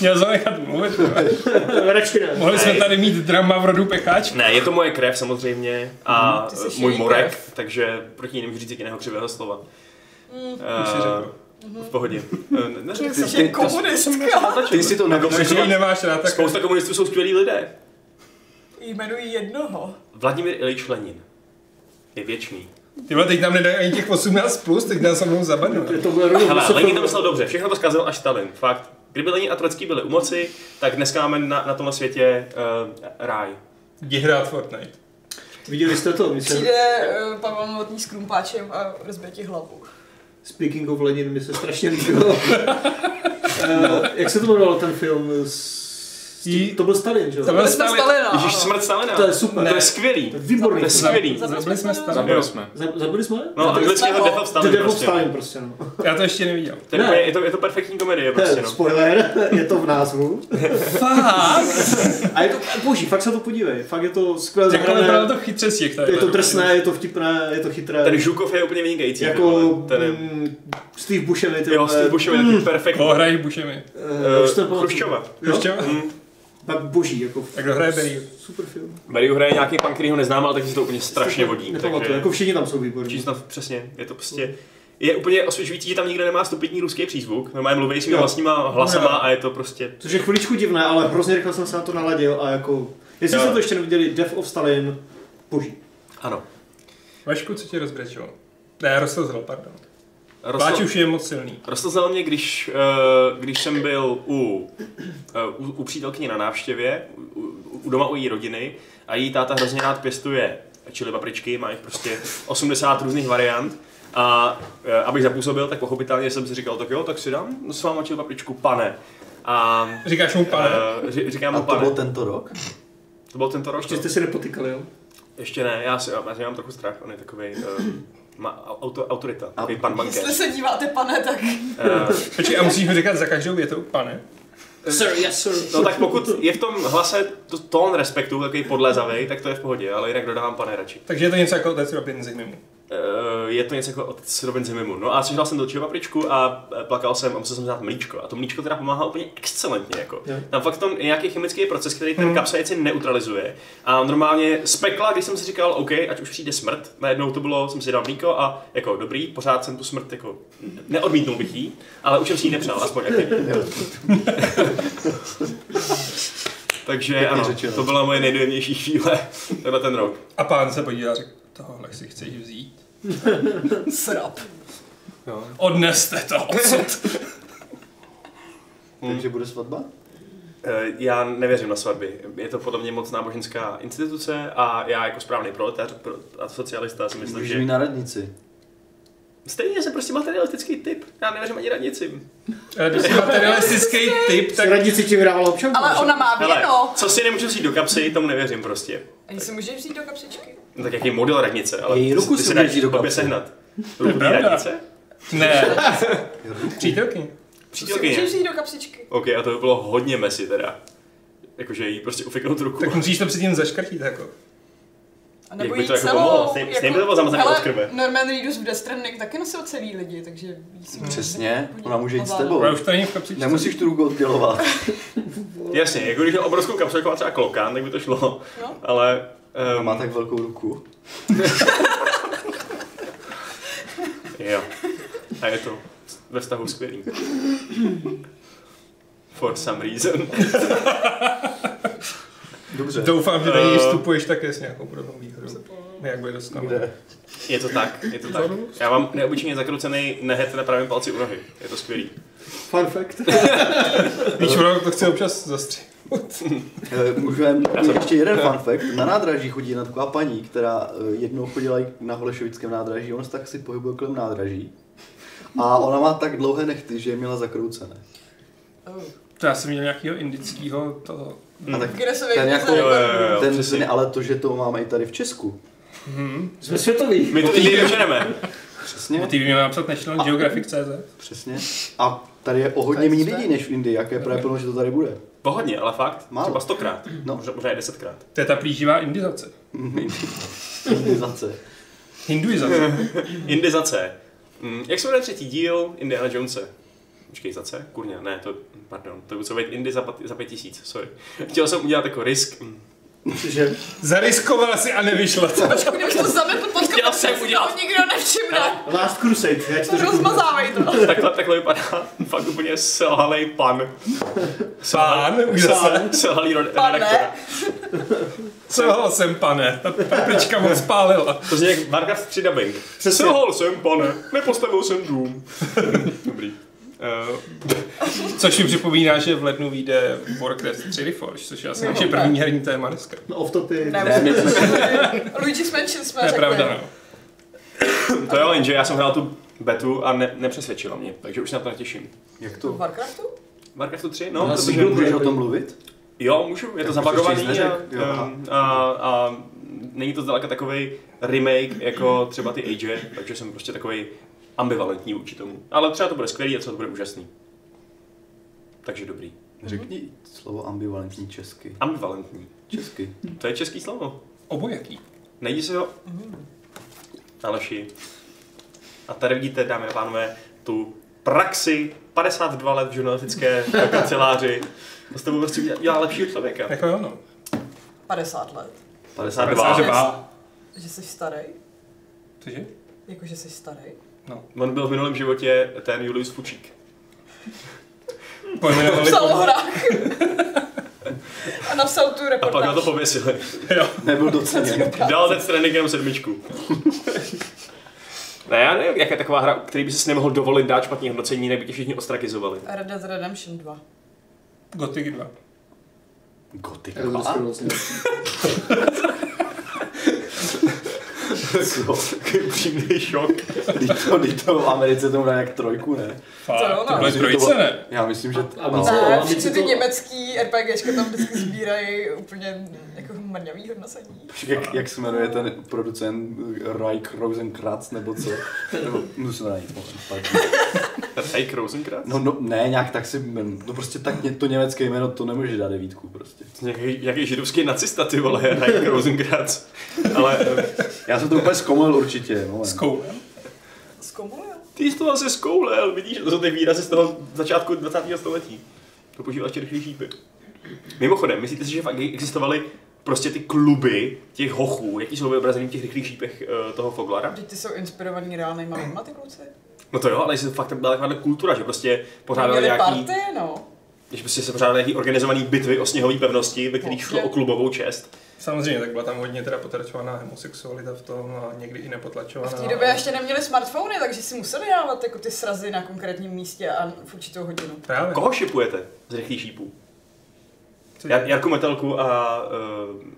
Měl zanechat mluvit. vole.
Radši ne.
Mohli jsme tady mít drama v rodu pecháč.
Ne, je to moje krev samozřejmě a
Ty jsi
eh, můj
širý
morek,
krev.
takže proti ní nemůžu říct jiného křivého slova. Eh,
Už jsi řekl.
v pohodě. Eh, ne- neřekl
Mm. Mhm. Ty
ty-
jsi jako
ty-
komunistka.
Ty si to
Jako
Když ji
nedořekl.
nemáš rád, tak...
Spousta komunistů jsou skvělí lidé.
Jmenují jednoho.
Vladimír Ilič Lenin je věčný.
Ty vole, teď nám nedají ani těch 18+, plus, teď nás se mnou zabanují.
To bude rovnou.
Hele, Lenin to myslel dobře, všechno to zkazil až Stalin, fakt. Kdyby lení a Trocký byli u moci, tak dneska máme na, na tomhle světě uh, ráj.
Jdi hrát Fortnite.
Viděli jste to? My se,
Přijde eh, Pavel Novotný s krumpáčem a rozbije ti hlavu.
speaking of Lenin, mi se strašně líbilo. Eh, Jak se to jmenovalo ten film? S-
Jí-
To byl Stalin, že jo?
To byl-
To jsme
Stalin-
Stalina. no.
Ježíš,
ano.
smrt Stalina.
No. To je super.
To
Ne.
je skvělý.
To je Výborný.
To je skvělý.
Zabili jsme Stalina.
Zabili jsme.
Za- Zabili jsme?
No,
Zabili
anglicky
jsme
je
ho.
to Death of
The
Stalin
Devil
prostě.
Stalin prostě, no.
Já to ještě neviděl.
To je,
Ne.
úplně- je, to, je to perfektní komedie
To
prostě,
je
no.
Eh, spoiler, je to v názvu. A je to, boží, fakt se to podívej, fakt je to skvěle
Jako vypadalo
zahrané,
to chytře z těch
je
takhle.
to drsné, je to vtipné, je to chytré.
Ten Žukov je úplně vynikající.
jako
Ten je,
mm, Steve Buscemi, ty
jo,
vole,
Steve Bushem je taky perfektní.
Koho hrají Bušemi?
eh, už to
Eh,
pamatuju.
Chruščova.
Jo?
Ještě?
Tak boží, jako
Tak kdo hraje Barry?
super film.
Barry hraje nějaký punk, který ho neznám, ale taky se to úplně strašně vodí.
Nepamatuju, jako všichni tam jsou výborní.
Číst tam přesně, je to prostě... Je úplně osvědčující, že tam nikdo nemá stupidní ruský přízvuk. Normálně mluví svými
Jo.
vlastníma hlasama
Jo.
a je to prostě...
Což je chviličku divné, ale hrozně rychle jsem se na to naladil a jako... Jestli
Jo.
jste to ještě neviděli, Death of Stalin, boží.
Ano.
Vašku, co tě rozbrečelo? Ne, rozsazil, pardon.
Rostl-
Pláč už je moc silný.
Rozsazalo mě, když, eh, když jsem byl u, eh, u, u přítelkyně na návštěvě, u, u- u doma u její rodiny a její táta hrozně rád pěstuje čili papričky, má jich prostě 80 různých variant. A eh, abych zapůsobil, tak pochopitelně jsem si říkal, tak jo, tak si dám s váma čili papričku, pane. A
Říkáš mu pane?
eh, ři- říkám
A
mu
to
pane.
bylo tento rok?
To byl tento rok?
Ještě jste si nepotykali, jo?
Ještě ne, já, si, já, já mám trochu strach, on je takový má auto, autorita, takový pan bankéř.
Jestli se díváte, pane, tak
Eh,
Počkej, a musíš mu říkat za každou větou pane?
Sir, yes sir.
No tak pokud je v tom hlase to, tón respektu takový podlezavej, tak to je v pohodě, ale jinak dodávám pane radši.
Takže je to něco jako otec Robin Zimimu.
Eh, je to něco jako od Robin Zimimu. No a sežral jsem do čeho papričku a eh, plakal jsem a musel jsem dát mlíčko. A to mlíčko teda pomáhá úplně excelentně. Jako.
Jo.
Tam fakt tam je nějaký chemický proces, který
Hmm.
ten kapsaicin neutralizuje. A normálně z pekla, když jsem si říkal, OK, ať už přijde smrt, najednou to bylo, jsem si dal mlíko a jako dobrý, pořád jsem tu smrt jako neodmítnul bych jí, ale už jsem si ji nepřál, aspoň aktivně. Takže
Pěkně
ano,
řečeno.
to byla moje nejdojemnější chvíle tenhle ten rok.
A pán se podívá a řekl, tohle si chceš vzít?
srap.
Odneste to odsud.
Hm.
Takže bude svatba?
Eh, Já nevěřím na svatby. Je to podle mě moc náboženská instituce a já jako správný proletář pro- a socialista si myslím,
Můžeš mít
že...
na radnici.
Stejně jsem prostě materialistický typ. Já nevěřím ani radnicím.
A když jsi materialistický typ, tak...
Tak... Radnici ti vydávala občanku.
Ale ona má
Hele,
věno.
co si nemůžu vzít do kapsy, tomu nevěřím prostě.
Ani si může vzít do kapsičky.
No, tak jaký model radnice, ale
Její
ty-
ruku
ty
si
se
můžeš
dáš
vzít do
tobě
kapsy.
sehnat. Ruku
pravda.
radnice?
Ne. Přítelky.
To si může
Přítelkyně.
vzít do kapsičky.
OK, a to by bylo hodně mesi teda. Jakože jí prostě ufiknout ruku.
Tak musíš to předtím zaškrtit jako.
A nebo
Jak by
jít
to jako
celou,
pomohlo? S ním- s ním by to bylo zamazaný
Hele,
od krve.
Norman Reedus v Death Stranding taky nosil celý lidi, takže jí
Hm.
si může
Hmm. Přesně,
vzít.
ona může jít s
Podle-
tebou.
Ale už to není v kapsičce.
Nemusíš tu ruku oddělovat.
Jasně, jako když měl obrovskou kapsu, jako má třeba klokán, tak by to šlo.
No.
Ale...
Ona
ehm,
Má tak velkou ruku.
Jo. A je to ve vztahu skvělý. For some reason.
Dobře.
Doufám, že do něj
Eh.
vstupuješ také s nějakou podobnou výhodou. Nějak bude dostaneme.
Kde?
Je to tak, je to tak. Já mám neobyčejně zakrucený nehet na pravém palci u nohy. Je to skvělý.
Fun fact.
Víš, ono to chci občas zastřít.
Eh, Můžeme ještě jeden fun fact. Na nádraží chodí jedna taková paní, která eh, jednou chodila i na Holešovickém nádraží, ona se tak si pohybuje kolem nádraží. A ona má tak dlouhé nechty, že je měla zakroucené.
Oh.
To já jsem měl nějakého indického toho.
A tak
Kde se
ten
vejde
jako,
za-
Hm. Jo, jo, jo,
ten,
přesně.
ten, ale to, že to máme i tady v Česku.
Jsme světoví.
My to nikdy doženeme.
No
Přesně,
ty by mě napsat National Geographic CZ.
přesně. A tady je o hodně méně lidí než v Indii, jaké je právě plno, že to tady bude.
Pohodně, ale fakt.
Málo.
Třeba stokrát.
No.
Možná, možná i desetkrát.
To je ta plíživá indizace.
Indizace.
Hinduizace.
Indizace. Mm, jak se jmenuje třetí díl Indiana Jonese? Počkej, za C? Kurňa, ne, to, pardon, to muselo být Indy za, pat, za pět tisíc, sorry. Chtěl jsem udělat jako risk. mm.
Že
Zariskoval si a nevyšlo to.
Počkej, kdybych to zametl pod
Chtěl jsem
kapsičku,
udělat-
to nikdo nevšimne.
Last Crusade, já ti to řeknu.
Rozmazávají to.
Takhle, takhle vypadá fakt úplně selhalej pan.
Pán, už zase.
Selhalý ro-
Pan ne.
redaktor.
Selhal jsem, pane. Ta paprička moc spálila.
To zní jak Warcraft 3 dubbing. Selhal jsem, pane, nepostavil jsem dům. Dobrý.
Eh, což mi připomíná, že v lednu vyjde Warcraft 3 Reforged, což je asi
No,
naše první herní téma dneska.
No off topic.
Ne,
Ne, my
ne, Luigi's Mansion jsme
To je
řekli.
pravda, no.
To jo, jenže já jsem hrál tu betu a ne, nepřesvědčila mě, takže už se na to netěším.
Jak
V
to?
Warcraftu?
Warcraftu 3? No,
Já
protože-
si budu-
Jako, Můžeš o tom mluvit?
Jo, můžu, je to
Tak
zabagovaný
prostě jsi
a, um,
neřekl, jo, aha.
a, a, není to zdaleka takový remake jako třeba ty Age, takže jsem prostě takový ambivalentní vůči tomu. Ale třeba to bude skvělý a třeba to bude úžasný. Takže dobrý.
Mhm.
Řekni slovo ambivalentní česky.
Ambivalentní.
Česky.
To je český slovo.
Obojaký.
Najdi si ho. Aleši. A tady vidíte, dámy a pánové, tu praxi 52 let v žurnalistické kanceláři. To s tebou prostě udělá- udělá lepšího člověka.
Jako jo, no.
50 let.
52.
Že má.
Že jsi starý?
Cože?
Jako, že jsi starý?
On byl v minulém životě ten Julius Fučík.
Pojmenovali
Psal o
po...
horách. A napsal tu
A pak ho to
reportáž.
pověsili.
Nebyl doceněn.
Dal Death Stranding jenom sedmičku. ne, já nevím, jaká je taková hra, který by si nemohl dovolit dát špatný hodnocení, jinak by tě všichni ostrakizovali.
Red Dead Redemption 2.
Gothic 2.
Gotika.
Já to budu skoro vlastně.
Co?
Takový upřímný šok.
Když to, když to v Americe tomu dá jak trojku, ne?
To jo,
Fá,
no.
to byly
Myslím, že to
trojice,
bylo-
ne?
Já myslím, že...
A- a
no.
víc- Jo,
Ne,
a my si
všichni ty
to-
německý RPGčka tam vždycky sbírají úplně jako mrňavý hodnocení.
Jak, jak se jmenuje ten producent Reich Rosenkratz nebo co? Nebo, musím to najít, moment, pardon.
Rake Rosenkrantz?
No, no, ne, nějak tak si, jmen- no prostě tak ně, to německé jméno, to nemůže dát devítku prostě.
Nějaký, nějaký židovský nacista, ty vole, Rake Rosenkrantz. Ale eh,
Já jsem to úplně zkomolil určitě, moment.
S koulem.
Zkomulil.
ty jsi to asi zkoulel, vidíš, že to jsou ty výrazy z toho začátku 20. století. To používáš rychlý šípy. Mimochodem, myslíte si, že fakt existovaly prostě ty kluby těch hochů, jaký jsou vyobrazeny v těch rychlých šípech eh, toho Foglara?
Vždyť ty jsou inspirovaný reálnýma lidma, ty kluci.
No to jo, ale jestli to fakt byla taková kultura, že prostě pořádali
Měli
nějaký,
party, no.
že prostě se pořádali nějaký organizovaný bitvy o sněhové pevnosti, ve kterých
No,
šlo
že-
o klubovou čest.
Samozřejmě, tak byla tam hodně teda potlačovaná homosexualita v tom a někdy i nepotlačovaná.
V té době ještě neměli smartfony, takže si museli dávat jako ty srazy na konkrétním místě a v určitou hodinu.
Právě.
Koho šipujete z rychlých šípů?
Co-
Jar- Jarku Metelku a uh,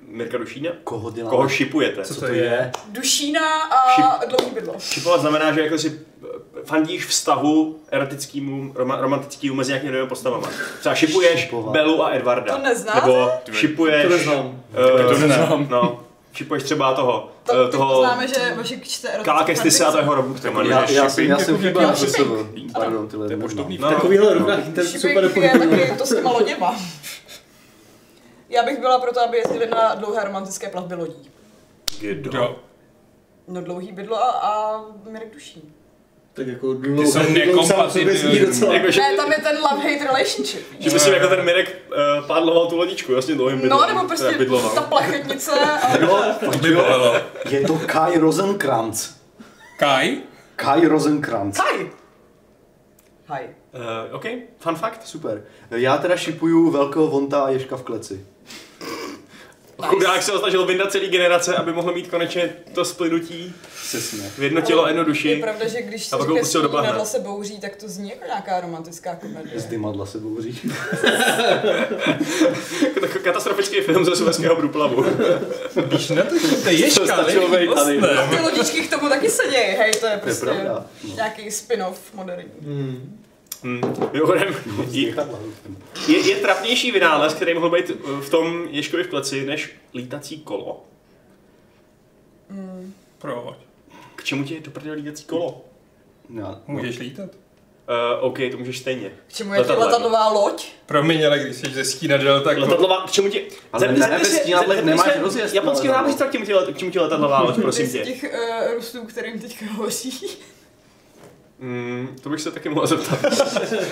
Mirka Dušína?
Koho dělá?
Koho šipujete?
Co
No. co
to
to
je?
je?
Dušína a dlouhý bydlo.
Šipovat znamená, že jako si eh, fandíš vztahu erotickému, roma, romantickému mezi nějakými dvěma postavama. Třeba šipuješ
Šipovat.
Belu a Edvarda.
To neznáte?
Nebo šipuješ...
To neznám.
eh,
To neznám.
No, šipuješ třeba toho...
To,
eh,
to
toho
známe, že Vašek čte erotické
Kala Kestise a
fanfiction.
toho jeho robutka.
Já, já, jsem, já jsem
Jako
chybál,
šipink.
Pardon, tyhle. To je
poštovný
No,
Takovýhle rovná internet
Šipik
super
je
podobný.
taky to s těma loděma. Já bych byla pro to, aby jezdili na dlouhé romantické plavby lodí.
Kdo?
Kdo?
No dlouhý bydlo a, a Mirek Duší.
Tak jako dlouho.
jsou nekompatibilní.
Jako, že,
Ne, tam je ten love-hate relationship.
že by si jako ten Mirek uh, pádloval tu lodičku, vlastně dlouhým
No,
bydlem.
nebo
Teda
prostě
bydloval.
ta plachetnice a
To by bylo.
Je to Kai Rosenkrantz.
Kai?
Kai Rosenkrantz.
Hi! Hi.
Uh, OK, fun fact.
Super. Já teda šipuju velkého vonta a ježka v kleci.
Chudák se ho snažil vyndat celý generace, aby mohl mít konečně to splynutí
Přesně.
v jedno tělo a jedno
Je
duši.
pravda, že když se
A pak ho
řekne
pustil do bahna.
Nadla se bouří, tak to zní jako nějaká romantická komedie.
Z dymadla se bouří.
Tak katastrofický film ze sovětského průplavu.
Když natočíte ješka,
stačilo
lidi,
být tady.
hostem.
Ty lodičky k tomu taky sedějí, hej, to je
To je
prostě
pravda. No.
nějaký spin-off moderní.
Hmm. Mimochodem, je, je, je trapnější vynález, který mohl být eh, v tom Ježkovi v kleci, než lítací kolo.
No.
Proč?
K čemu ti je do prdele lítací kolo?
Já, no.
Můžeš lítat?
Uh, OK, to můžeš stejně.
K čemu je ti
Letadlo.
letadlová loď?
Promiň, ale když jsi ze stínadel,
No
tak
Letadlová, No, k čemu ti...
Ale ne, ve stínadlech nemáš rozjezd,
Japonský
no,
nápis,
letadlo.
tak k čemu ti let- k čemu ti letadlová loď, prosím
Z
tě.
těch uh, Rusů, kterým teďka hoří.
Mm, to bych se taky mohl zeptat.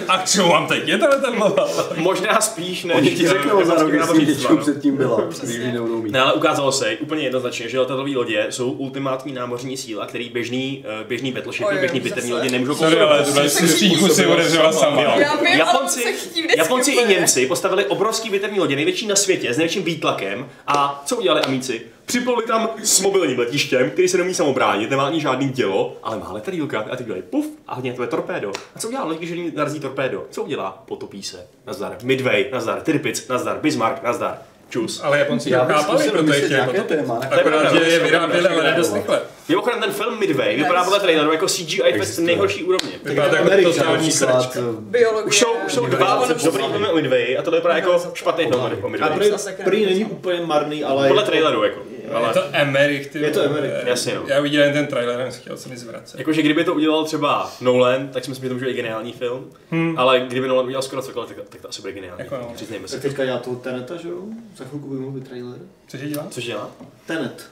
a k čemu mám teď? Je to letadlo?
Možná spíš než...
Oni ti
eh,
řeknou za rok,
japonský
jestli
námořnictva,
děčku
no.
předtím byla, když
Přesně.
ji nebudou mít.
Ne, ale ukázalo se úplně jednoznačně, že letadlové lodě jsou ultimátní námořní síla, který běžný, eh, běžný
O
battleshipy,
jo,
běžný
zase.
bitevní lodě nemůžou
Sorry, ale
postavit.
tuhle stříku si odevřela sama.
Já vím, ale
Japonci,
on se chytí vždycky
Japonci i
úplně.
Němci postavili obrovský bitevní lodě, největší na světě, s největším výtlakem. A co udělali amíci? Připlouli tam s mobilním letištěm, který se nemůže samobránit, nemá ani žádný dělo, ale má letadílka a ty dělají puf a hodně to je torpédo. A co udělá loď, když jí narazí torpédo? Co udělá? Potopí se. Nazdar. Midway, nazdar. Tirpic, nazdar. Bismarck, nazdar. Čus.
Ale Japonci
Já
to
bych
chápali,
zkusil
proto je
vymyslet
chtěli
nějaké
potom.
téma. ne?
Akorát, že je vyráběli, ale ne dost rychle.
Mimochodem ten film Midway vypadá podle traileru jako CGI test
Existuje.
nejhorší úrovně.
Vypadá to jako
Amerika
totální
například,
sračka.
Biologie.
Už jsou, už jsou dva dobrý filmy o Midway a tohle vypadá jako špatný film o
A
Midway.
prý, prý není úplně marný, ale...
Podle traileru jako.
Ale je to Emerich, ty.
Je to
vole.
Emmerich,
jasně, no.
Já viděl jen ten trailer, jsem chtěl se mi zvracet.
Jakože kdyby to udělal třeba Nolan, tak si myslím, že to může být geniální film. Hmm. Ale kdyby Nolan udělal skoro cokoliv, tak, tak to asi bude geniální.
Jako
Jako,
no.
Přiznejme
Tak
si.
teďka dělá toho Teneta, že jo? Za chvilku by mohl být trailer.
Cože dělá?
Což dělá?
Tenet.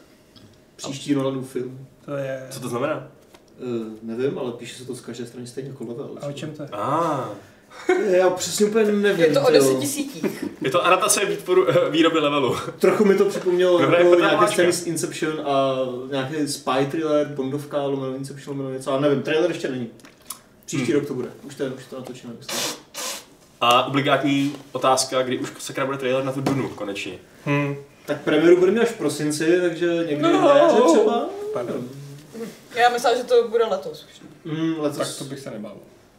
Příští Nolanův film.
To je...
Co to znamená?
Uh, nevím, ale píše se to z každé strany stejně jako level.
A o čem to je?
Ah,
Já přesně úplně nevím.
Je to
jo.
o deseti sítích.
je to adaptace výtvoru, eh, výroby levelu.
Trochu mi to připomnělo
Dobrá jako
jako
ta
nějaké
hláška.
scény z Inception a nějaký spy thriller, Bondovka, lomeno Inception, lomeno něco, ale nevím, trailer ještě není. Příští rok to bude, už to, už to natočíme. myslím.
A obligátní otázka, kdy už sakra bude trailer na tu Dunu konečně.
Hm,
Tak premiéru budeme až v prosinci, takže někdy no, na jaře třeba.
pardon.
Já myslela, že to bude letos už.
Mm,
Tak
letos.
to bych se nebál.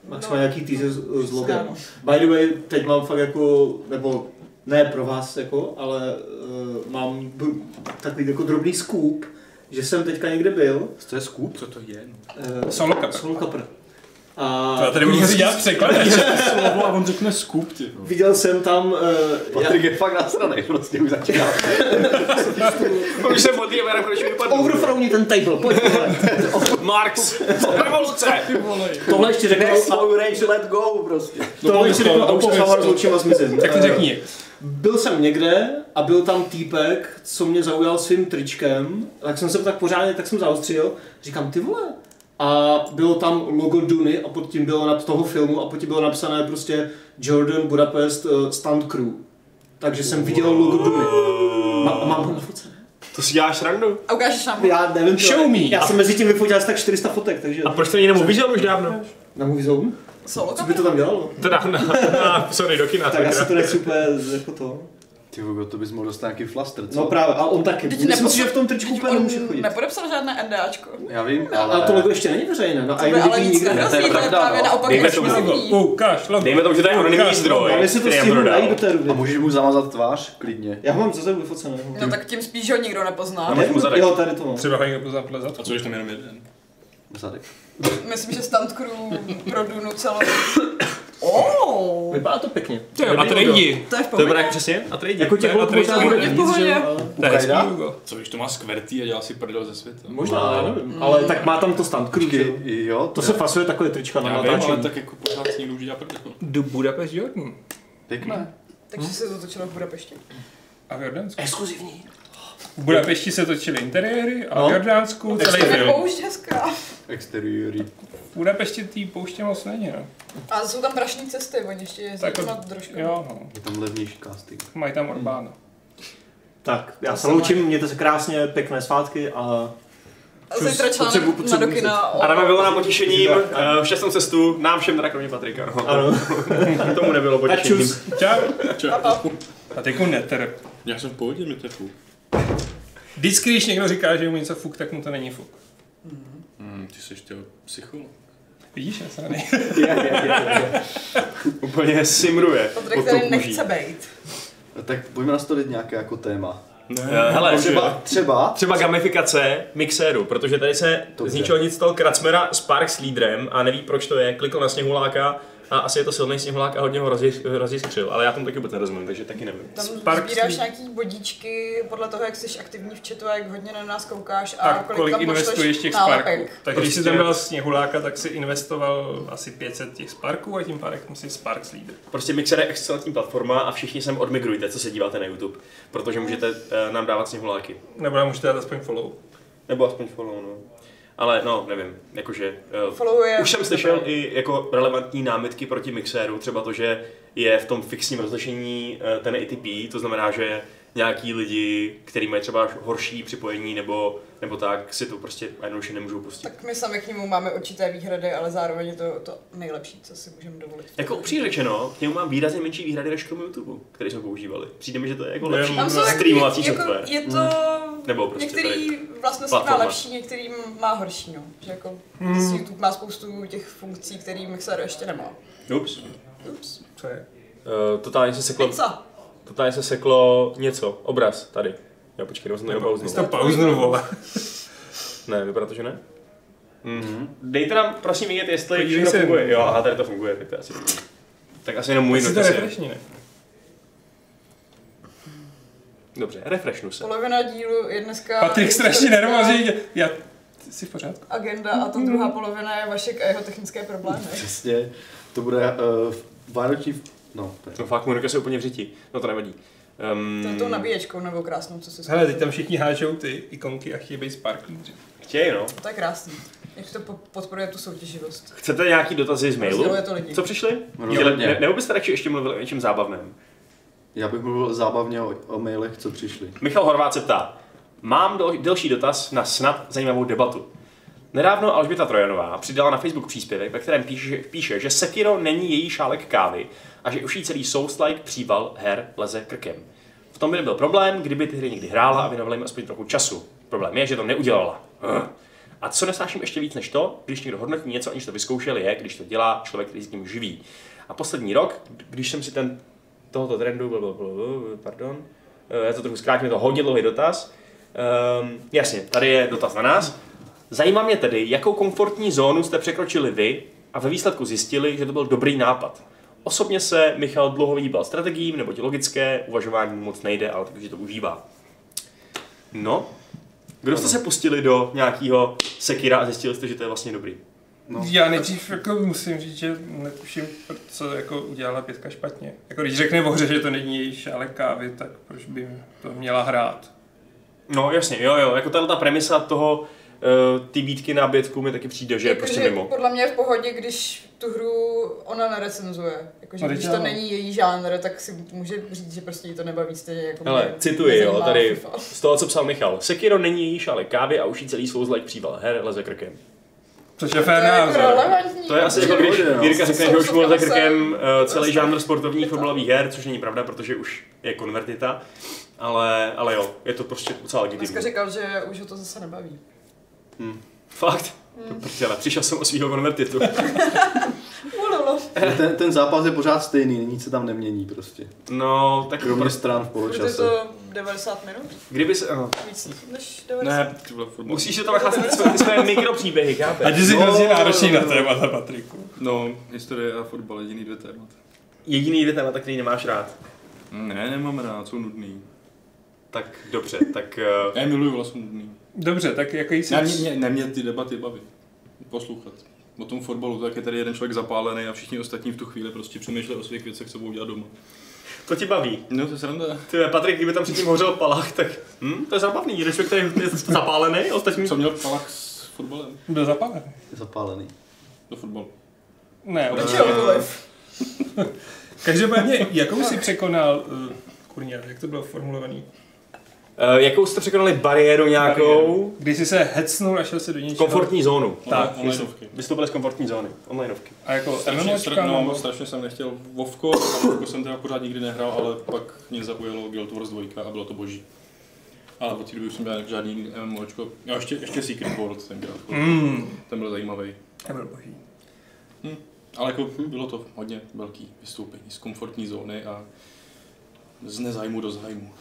Max
No.
má nějaký teaser z, z loga.
Ano.
By the way, teď mám fakt jako, nebo ne pro vás jako, ale uh, mám b- takový jako drobný scoop, že jsem teďka někde byl.
eh, To je skup?
Co to je? No.
Uh,
Solo cup.
Soul Capr. A
To já tady budu muset dělat překladač.
Slovo a on řekne skup, ty. No.
viděl jsem tam, uh, já,
Patrik je fakt nasranej, prostě už začíná.
Už jsem modlý, a konečně vypadl.
overfrowni ten table, pojď. vole.
Marx! Revoluce!
Tohle ještě řeknu,
Next
a-
slow range, let go prostě.
No,
tohle ještě řeknu, a už se rozloučím a zmizím.
Tak to
Eh,
řekni.
Byl jsem někde a byl tam týpek, co mě zaujal svým tričkem, tak jsem se tak pořádně, tak jsem zaostřil, říkám ty vole. A bylo tam logo Duny a pod tím bylo nad toho filmu a pod tím bylo napsané prostě Jordan Budapest uh, Stunt Crew. Takže jsem viděl logo Duny. Ma- mám ho na fotce.
To si děláš randu?
A ukážeš nám ho.
Já nevím, to-
Show me.
Já jsem mezi tím vyfotil asi tak 400 fotek, takže
A proč to někdo viděl už dávno?
na Movie Zone.
Solo
Co
cup?
by to tam dělalo?
Teda, na, na, sorry, do kina.
Tak
teda.
asi to nechci úplně jako to.
Ty Hugo, to bys mohl dostat nějaký flaster, co?
No právě, a on taky.
Teď
Myslím
neposl-
si, že v tom tričku úplně nemůže
On
chodit.
Nepodepsal žádné NDAčko.
Já vím,
Ale to logo ještě není veřejné, no a
To by
jim
ale
vidí
nic
nikdo.
to je
nehrozí, to je
pravda,
právě
no.
naopak
Dejme tomu
hrozný.
Logo, ukáž, logo.
Dejme tomu, že to je anonymní zdroj,
Ale jestli to
který nám
stihnu najít do
dodal.
té doby.
A můžeš mu zamazat tvář? Klidně.
Já ho mám za sebou vyfocené.
No tak tím spíš ho nikdo nepozná.
máš mu zadek.
Jo, tady to mám.
Třeba ho někdo pozná podle zadku.
A co, když tam jenom jeden?
Zadek.
Myslím, že stunt crew pro Dunu celou. Oh,
Vypadá to pěkně.
A trejdi.
to je v
To je právě
pohodě.
přesně. A trejdi.
Jako těch
To je
logo
na
možná
trejdi.
bude
bude v
víc,
pohodě.
že jo, ale...
To je hezký
Ukrajina?
logo.
Co, když to má skvertý a dělá si prdel ze světa?
Možná, já
Mm.
nevím. Ale tak má tam to stand crew, že jo.
Počkej, Jo,
To se fasuje takové trička na
Já vím, ale
natáčení.
tak jako pořád si někdo už dělá prdel.
Do Budapest Jordan.
pěkné.
Takže se to točilo v Budapešti.
A v Jordánsku.
Exkluzivní.
V Budapešti se točily interiéry a
No.
v Jordánsku celý
To je
film.
poušť hezká.
Exteriory.
V Budapešti tý pouště moc není, no.
A jsou tam prašní cesty, oni ještě jezdí
Tak
snad trošku.
jo, no.
Je tam levnější casting.
Mají tam Orbána.
Tak, já se loučím, mějte se krásně, pěkné svátky a...
A zítra článek na dokina. o-
Adame bylo nám potěšením, eh, šťastnou cestu, nám všem teda kromě Patrika. no.
Ano.
Tomu nebylo
A
potěšením.
čus.
Čau.
Pa, pa.
A teď netrp.
Já jsem v pohodě, mi to je fuk.
Vždycky, když někdo říká, že mu něco fuk, tak mu to není fuk.
Hmm, ty jsi chtěl psycholog.
Vidíš, já se nej-
Úplně simruje.
Patrik
pod tou
tady
kůží.
nechce bejt.
Tak pojďme nastavit nějaké jako téma.
Eh, Hele,
Třeba,
třeba,
třeba,
třeba gamifikace mixéru, protože tady se
Dobře.
z ničeho nic stal Kracmera Spark s lídrem a neví proč to je, klikl na sněhuláka a asi je to silný sněhulák a hodně ho rozjiš- rozjiskřil, ale já tomu taky vůbec nerozumím, takže taky nevím.
Tam
Spark
sbíráš
Street.
nějaký bodíčky podle toho, jak jsi aktivní v chatu a jak hodně na nás koukáš a,
A
kolik
kolik
tam pošleš
investuješ těch
nálepek.
sparků? Tak když jsi tam dal sněhuláka, tak si investoval asi 500 těch sparků a tím pádem si Sparks lídr.
Prostě Mixer je excelentní platforma a všichni sem odmigrujte, co se díváte na YouTube, protože můžete eh, nám dávat sněhuláky.
Nebo nám můžete dát aspoň follow.
Nebo aspoň follow, no. Ale no, nevím, jakože... eh,
Followuje-
už jsem slyšel i jako relevantní námitky proti mixéru, třeba to, že je v tom fixním rozlišení eh, ten ATP, to znamená, že nějaký lidi, který mají třeba horší připojení nebo, nebo tak, si to prostě jednoduše nemůžou pustit.
Tak my sami k němu máme určité výhrady, ale zároveň je to to nejlepší, co si můžeme dovolit.
Jako upřímně řečeno, k němu mám výrazně menší výhrady než k tomu YouTube, který jsme používali. Přijde mi, že to je jako
Ne,
lepší
Tam jsou
streamovací
takový-
software.
Jako, je to
Nebo prostě tady.
Některý vlastnosti má
platforma. Hmm.
lepší, některý má horší, no. Že jako YouTube má spoustu těch funkcí, který Mixer ještě nemá.
Jako- Ups.
Ups.
Co je?
Uh, totálně se seklo,
Pizza.
totálně se seklo něco, obraz, tady. Já počkej, nebo jsem to nepauznul.
Jsi to pauznul, vole.
Ne, vypadá to, že ne. Mm-hmm. Dejte nám prosím vědět, jestli
Podívej
všechno
se.
funguje. Jo, aha, tady to funguje, tak to je asi. Tak asi jenom můj
Jsi to
dotaz je.
refreshní, ne?
Dobře, refreshnu se.
Polovina dílu je dneska...
Patrik strašně nervózní. Já... Ty Jsi v pořádku?
Agenda a ta druhá polovina je Vašek a jeho technické problémy.
Přesně, to bude uh, vánoční... No, to je-
No fakt, Monika se úplně vřítí. No to nevadí. Um,
To je tou nabíječkou nebo krásnou, co si
Hele, teď tam všichni hážou ty ikonky a chybí sparklíři.
Chtěj, no.
To je krásný. Jak to po- podporuje tu soutěživost.
Chcete nějaký dotazy z mailu?
Rozděluje to lidi.
Co přišli?
Rozhodně.
Děle- Ne, nebo byste radši ještě mluvili o něčem zábavném?
Já bych mluvil zábavně o, o mailech, co přišli.
Michal Horvát se ptá. Mám do, delší dotaz na snad zajímavou debatu. Nedávno Alžběta Trojanová přidala na Facebook příspěvek, ve kterém píše, píše, že Sekiro není její šálek kávy a že už jí celý Souls-like příval her leze krkem. V tom by nebyl problém, kdyby ty hry někdy hrála a věnovala jim aspoň trochu času. Problém je, že to neudělala. Ugh. A co nesnáším ještě víc než to, když někdo hodnotí něco, aniž to vyzkoušel, je, když to dělá člověk, který s tím živí. A poslední rok, když jsem si ten tohoto trendu, blablabla, pardon, Eh, já to trochu zkrátím, je to hodně dlouhý dotaz. Um, jasně, tady je dotaz na nás. Zajímá mě tedy, jakou komfortní zónu jste překročili vy a ve výsledku zjistili, že to byl dobrý nápad. Osobně se Michal dlouho vyhýbal strategiím, neboť logické uvažování mu moc nejde, ale takže to užívá. No, kdo jste se pustili do nějakého sekira a zjistili jste, že to je vlastně dobrý?
No.
Já nejdřív jako musím říct, že netuším, co jako udělala pětka špatně. Jako když řekne o hře, že to není její šálek kávy, tak proč by to měla hrát?
No jasně, jo, jo, jako tahle ta premisa toho, eh, ty bítky na bětku mi taky přijde, že je prostě
Jakože
mimo.
Podle mě je v pohodě, když tu hru ona nerecenzuje. Jakože
No,
když
teď
to
ano.
není její žánr, tak si může říct, že prostě jí to nebaví, stejně jako
Hele,
mě
cituji, jo,
nezajímá
tady
FIFA.
z toho, co psal Michal. Sekiro není již, ale kávy a už jí celý souzlek příval. Her leze krkem.
Což je
To je
fér
jako
názor.
relevantní.
To je asi
protože
jako když
no.
jo.
Jirka řekne, že už mu leze krkem eh, celý
Prostě.
žánr sportovních fotbalových her, což není pravda, protože už je konvertita. Ale, ale jo, je to prostě docela
Dneska
legitimní.
říkal, že už ho to zase nebaví.
Fakt?
Hmm.
To prdele, přišel jsem o svého konvertitu.
Ululu.
Ten, ten zápas je pořád stejný, nic se tam nemění prostě.
No, tak
Kromě
prostě,
stran v
Už je
poločase.
to 90 minut,
kdyby se... No,
víc než 90.
ne,
Ty vole, furt-
musíš se tam nacházet ty své, ty své mikropříběhy,
A
chápeš? No.
ty jsi hrozně náročný na témata, Patriku.
No, historie a fotbal, jediný dvě témata.
Jediný dvě témata, který nemáš rád.
Mm, Ne, nemám rád, jsou nudný.
Tak dobře, tak... eh,
Já je miluju, ale jsou nudný.
Dobře, tak jaký jsi...
Ne, mě, mě, ne, mě ty debaty baví. Poslouchat. O tom fotbalu, tak je tady jeden člověk zapálený a všichni ostatní v tu chvíli prostě přemýšlejí o svých věcech, co budou dělat doma.
To tě baví.
No, to je sranda.
Ty vole, Patrik, kdyby tam předtím hořel palach, tak hm, to je zábavný, když člověk tady je zapálený, ostatní
Co měl Palach s fotbalem?
Byl zapálený.
Zapálený.
Do fotbalu.
Ne,
Takže
určitě.
jakoliv.
Každopádně, jakou jsi překonal... eh, Kurňa, jak to bylo formulovaný?
Uh, jakou jste překonali bariéru nějakou?
Když jsi se hecnul a šel se do něčeho...
Komfortní zónu.
Tak,
Tak,
onlineovky.
vystoupili z komfortní zóny, onlineovky.
A jako
Strašně,
MMOčka,
str-
nebo...
no, strašně jsem nechtěl Vovko, a Vovko jsem teda pořád nikdy nehrál, ale pak mě zaujalo Guild Wars 2 a bylo to boží. Ale od té doby už jsem dělal žádný jiný MMOčko. Jo, ještě, ještě Secret World tenkrát.
Mm.
Ten byl zajímavý.
To byl boží.
Ale jako bylo to hodně velký vystoupení z komfortní zóny a z nezájmu do zájmu.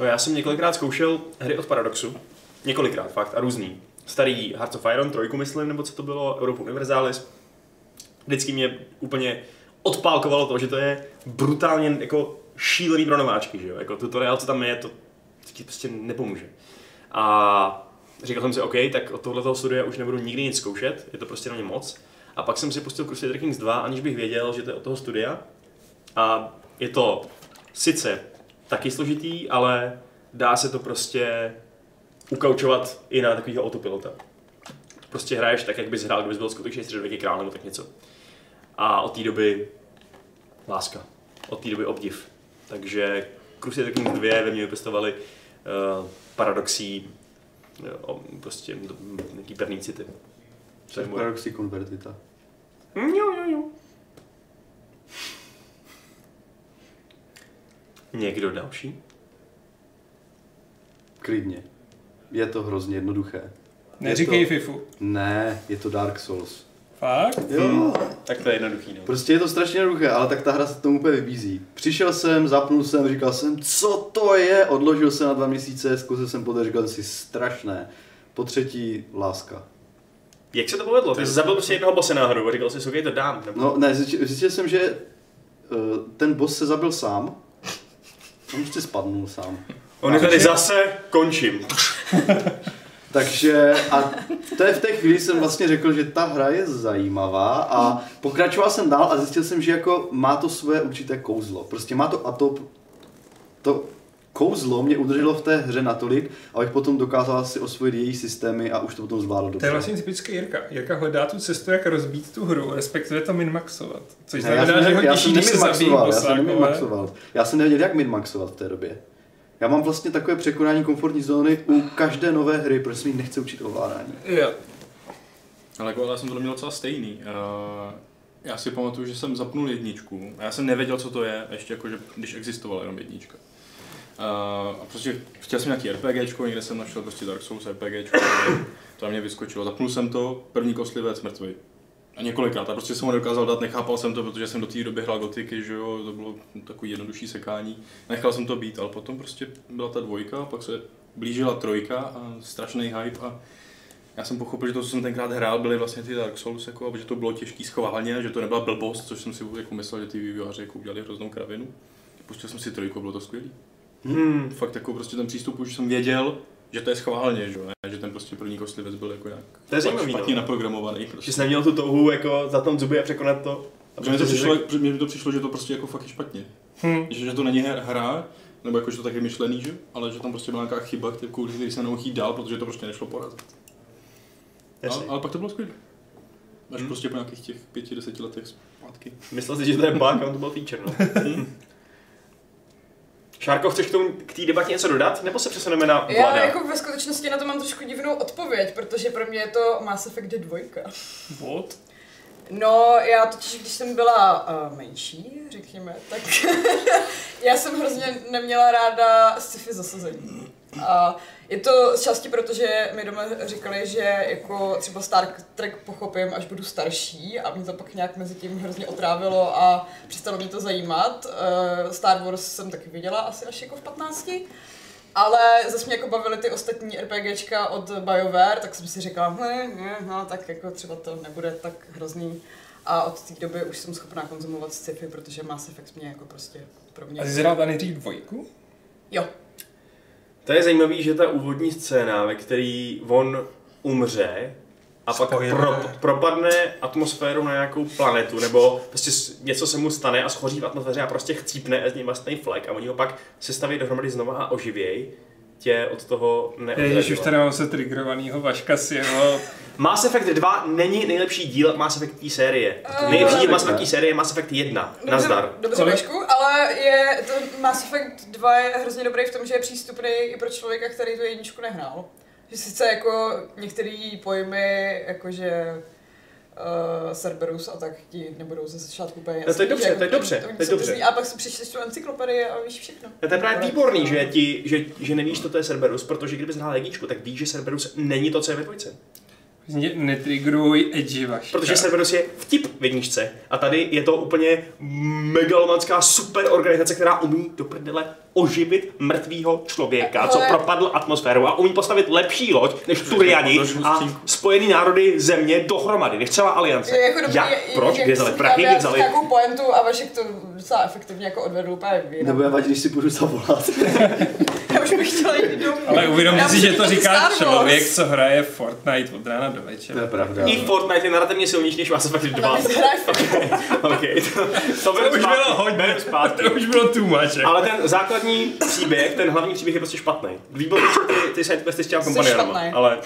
No, já jsem několikrát zkoušel hry od Paradoxu. Několikrát, fakt, a různý. Starý Hearts of Iron, trojku myslím, nebo co to bylo, Europa Universalis. Vždycky mě úplně odpálkovalo to, že to je brutálně jako šílený pro nováčky, že jo? Jako tutoriál, co tam je, to ti prostě nepomůže. A říkal jsem si, OK, tak od tohoto studia už nebudu nikdy nic zkoušet, je to prostě na ně moc. A pak jsem si pustil Crusader Kings 2, aniž bych věděl, že to je od toho studia. A je to sice taky složitý, ale dá se to prostě ukaučovat i na takového autopilota. Prostě hraješ tak, jak bys hrál, kdybys byl skutečně středověký král nebo tak něco. A od té doby láska. Od té doby obdiv. Takže Crusader Kings 2 ve mně vypěstovali uh, paradoxí, eh, o, prostě mm, nějaký pevný city. Co je moje-
Paradoxy konvertita.
Mm, Jo, jo, jo. Někdo další?
Klidně. Je to hrozně jednoduché.
Neříkej
Je
Fifu.
Ne, je to Dark Souls.
Fakt?
Jo.
Tak to je jednoduchý, no.
Prostě je to strašně jednoduché, ale tak ta hra se tomu úplně vybízí. Přišel jsem, zapnul jsem, říkal jsem, co to je, odložil jsem na dva měsíce, zkusil jsem podat, říkal jsem si, strašné. Po třetí, láska.
Jak se to povedlo? Ty jsi zabil prostě jednoho bose náhodou a říkal jsi, OK, to dám. Nebo...
No ne, zjišť- zjistil jsem, že eh, ten boss se zabil sám. On prostě spadnul sám.
On je tady zase, končím.
Takže a to je v té chvíli jsem vlastně řekl, že ta hra je zajímavá a pokračoval jsem dál a zjistil jsem, že jako má to své určité kouzlo. Prostě má to a to, to kouzlo mě udrželo v té hře natolik, abych potom dokázal si osvojit její systémy a už to potom zvládl
To je
dobře.
vlastně typicky Jirka. Jirka hledá tu cestu, jak rozbít tu hru, respektive to minmaxovat. Což
Ne, já
znamená,
jsem,
že ho
ne- já
těší,
jsem
když se zabíjí
neminmaxoval, já jsem
bosákové.
neminmaxoval. Já jsem nevěděl, jak minmaxovat v té době. Já mám vlastně takové překonání komfortní zóny u každé nové hry, protože se mi nechce učit ovládání.
Jo.
Ale jako, já jsem to měl docela stejný. Uh, já si pamatuju, že jsem zapnul jedničku a já jsem nevěděl, co to je, ještě jako, že, když existovala jenom jednička. Uh, a prostě chtěl jsem nějaký RPGčko, někde jsem našel prostě Dark Souls RPGčko, ale to na mě vyskočilo. Zapnul jsem to, první koslivec mrtvý. A několikrát, a prostě jsem ho nedokázal dát, nechápal jsem to, protože jsem do té doby hrál gotiky, že jo, to bylo takový jednodušší sekání. Nechal jsem to být, ale potom prostě byla ta dvojka, pak se blížila trojka a strašný hype a já jsem pochopil, že to, co jsem tenkrát hrál, byly vlastně ty Dark Souls, jako, a že to bylo těžký schválně, že to nebyla blbost, což jsem si jako myslel, že ty vývojáři jako udělali hroznou kravinu. Pustil jsem si trojku, bylo to skvělý. Hmm. Fakt jako prostě ten přístup už jsem věděl, že to je schválně, že, jo, ne? že ten prostě první kostlivec byl jako nějak
To je zajímavý,
špatně
no.
naprogramovaný. Prostě.
Že jsi neměl tu touhu jako zatnout zuby a překonat to. A
Protože mi to,
jsi
přišlo,
řekl,
jak- mně to přišlo, že to prostě jako fakt je špatně.
Hm.
Že, že to není her- hra, nebo jako, že to tak je myšlený, že? ale že tam prostě byla nějaká chyba, kterou který se nemohl jít dál, protože to prostě nešlo porazit.
jasně.
Ale, ale, pak to bylo skvělé. Až hmm. prostě po nějakých těch pěti, deseti letech zpátky.
Myslel si, že to je bug, a on to byl feature, no. Šárko, chceš k, tomu, k té debatě něco dodat, nebo se přesuneme na
Já
Vlada?
jako ve skutečnosti na to mám trošku divnou odpověď, protože pro mě je to Mass Effect 2.
What?
No, já totiž, když jsem byla uh, menší, řekněme, tak já jsem hrozně neměla ráda sci-fi zasazení. A je to z části proto, že mi doma říkali, že jako třeba Star Trek pochopím, až budu starší a mě to pak nějak mezi tím hrozně otrávilo a přestalo mě to zajímat. Eh, Star Wars jsem taky viděla asi až jako v 15. Ale zase mě jako bavily ty ostatní RPGčka od BioWare, tak jsem si říkala, hm, hm, no, tak jako třeba to nebude tak hrozný. A od té doby už jsem schopná konzumovat sci-fi, protože Mass Effect mě jako prostě pro mě...
A jsi hrál tady nejdřív dvojku?
Jo,
To je zajímavý, že ta úvodní scéna, ve který on umře a pak
Spoiler.
pro, propadne atmosférou na nějakou planetu, nebo prostě s- něco se mu stane a schoří v atmosféře a prostě chcípne a z něj vlastní flek a oni ho pak sestaví dohromady znova a oživěj, tě od toho
Ježíš, už
neodradilo.
tady mám se triggerovanýho Vaška si jeho...
Mass Effect 2 není nejlepší díl Mass Effect té série.
Ehm.
Nejlepší díl Mass Effect té série je Mass Effect 1. Nazdar.
dobře
Kolik?
Vašku, ale je to Mass Effect 2 je hrozně dobrý v tom, že je přístupný i pro člověka, který tu jedničku nehrál. Že sice jako některé pojmy, jakože Uh, Cerberus a tak ti nebudou ze začátku úplně
No to je
jasný,
dobře,
že jako
to je
oni-
dobře,
oni
to je
jsou
dobře.
různý, A pak si přečteš tu encyklopedii a víš všechno.
A to je právě výborný, že, ti, že, že nevíš, co to je Cerberus, protože kdyby znal jedničku, tak víš, že Cerberus není to, co je ve dvojce.
Ne- Netriggeruj edgy Vaška.
Protože Cerberus je vtip v jedničce. A tady je to úplně megalomanská super organizace, která umí do prdele oživit mrtvýho člověka, co
Ale-
propadl atmosférou a umí postavit lepší loď než Turiani a spojený národy země dohromady, než celá aliance.
Je jako dobrý,
Jak?
je- je-
Proč?
jak
Kde
jsi
vzali
říkal,
prachy? Kde
nějak-
vzali?
Nějakou poentu a Vašek to docela efektivně jako odvedl úplně jinak.
Nebo já vadí, když si půjdu zavolat.
Já už bych chtěla jít domů.
Ale uvědomte
Já
si,
musím
že to
vidět
říká
Star Wars.
člověk, co hraje Fortnite od rána do
To je
večera.
pravda.
I Fortnite je narrativně silnější než Mass Effect 2.
Navíc hraje
OK, to, to, beru
už
zpátky,
bylo hodně.
beru zpátky.
To už bylo too much. jako.
Ale ten základní příběh, ten hlavní příběh je prostě špatný. Výborný, že ty, ty sidequesty s těma kompanionama,
špatný.
ale,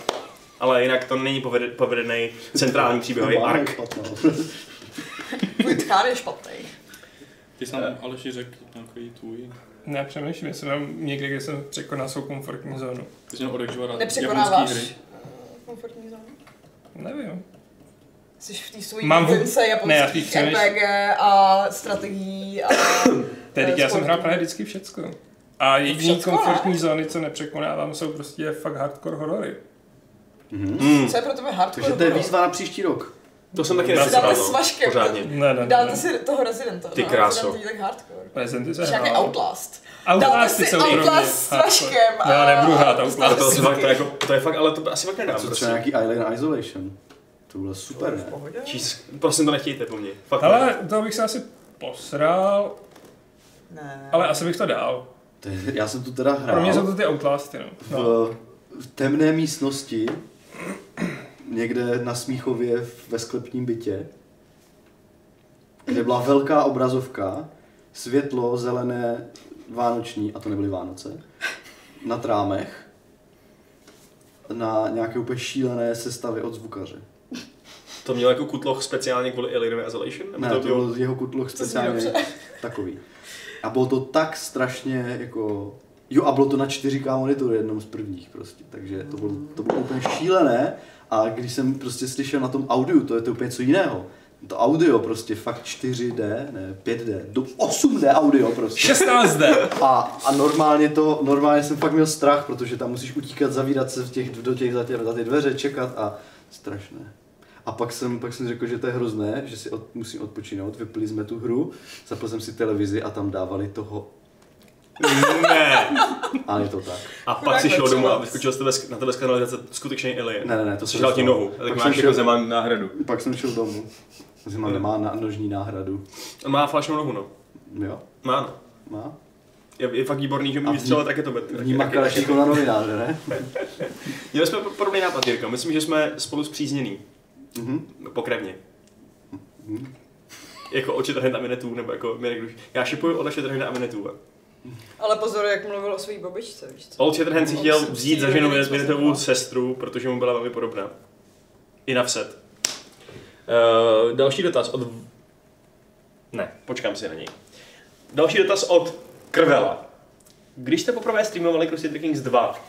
ale jinak to není povede, povedený centrální příběhový ark.
no.
Tvůj tchán je špatný.
Ty jsi nám Aleši řekl nějaký tvůj.
Ne, přemýšlím, jestli mám někde, kde jsem překonal svou komfortní zónu.
Ty jsi měl odekžovat rád
Nepřekonáváš
japonský hry.
eh, komfortní zónu?
Nevím.
Jsi v té svojí
Mám
Mám
vů-
bulince
Ne, já
japonských
spíš přemýšlím.
RPG a strategií a...
Tedy
Eh,
já jsem
sportu.
hrál právě vždycky všecko. A jediný
Všecko, ne?
komfortní zóny, co nepřekonávám, jsou prostě fakt hardcore horory.
Hmm.
Hmm.
Co je pro tebe hardcore?
Takže to je
horor?
výzva na příští rok.
To jsem taky
Dáte
nepřipadal,
s maškem.
pořádně.
Ne, ne, ne.
Dáte si toho Residenta.
Ty
no,
kráso.
Resident je tak hardcore.
Prezenty se
Ještě nějaký
hrál.
Outlast. Dáte
Outlasty
si
jsou pro mě
Outlast s
hardcore.
Vaškem a-
Já nebudu hrát Outlast.
Ale to, asi
Vždycky.
fakt, to, jako, to je fakt, ale to asi fakt nedám,
Co
prostě.
třeba nějaký Island Isolation? To bylo super, ne?
Jeez, prosím to nechtějte po mně. Fakt ne.
Ale to bych se asi posral,
Ne.
ale asi bych to dal.
To je, já jsem tu teda hrál.
Pro mě jsou to ty Outlasty, no. no.
v, v temné místnosti, někde na Smíchově v- ve sklepním bytě, kde byla velká obrazovka, světlo zelené, vánoční, a to nebyly Vánoce, na trámech, na nějaké úplně šílené sestavy od zvukaře.
To měl jako kutloch speciálně kvůli Alien Isolation? Nebo
Ne, to byl jeho kutloch speciálně takový. A bylo to tak strašně jako... Jo, a bylo to na 4K monitoru jednou z prvních prostě, takže to bylo, to bylo úplně šílené. A když jsem prostě slyšel na tom audiu, to je to úplně co jiného. To audio prostě fakt 4D, ne 5D, do 8D audio prostě.
16D.
A, a normálně to, normálně jsem fakt měl strach, protože tam musíš utíkat, zavírat se v těch, do těch, za, tě, za ty dveře, čekat a strašné. A pak jsem, pak jsem řekl, že to je hrozné, že si od, musím odpočinout, vypli jsme tu hru, zapl jsem si televizi a tam dávali toho,
Ne.
a je to tak.
A pak
Chudák
si šel
Maximec.
domů a vyskočil z tebe, na tebe z kanalizace skutečný Alien.
Ne, ne, ne, to
Jsi
se
dal ti
nestalo.
nohu, a tak
Pak
máš
jsem
jako
šel-
zemán náhradu.
Pak jsem šel domů. Zima nemá na, nožní náhradu.
Má flašnou nohu, no.
Jo,
Má, no.
má.
Je, je fakt výborný, že
A
umí
v- jako-
vystřelit raketobet.
Vnímá kalašníkov na novináře, ne?
Měli jsme podobný nápad, Jirka. Myslím, že jsme spolu zpřízněný.
Mhm.
Pokrevně. Jako oči trhne a minetů, nebo jako Mirek Duš. Já šipuju od oči trhne a minetů.
Ale pozor, jak mluvil o své babičce, víš co?
Old Shatterhand si chtěl
No,
vzít za ženu Minetovu sestru, protože mu byla velmi podobná. I na vset. Uh, další dotaz od... Ne, počkám si na něj. Další dotaz od Krvela. Když jste poprvé streamovali Crusader Kings 2,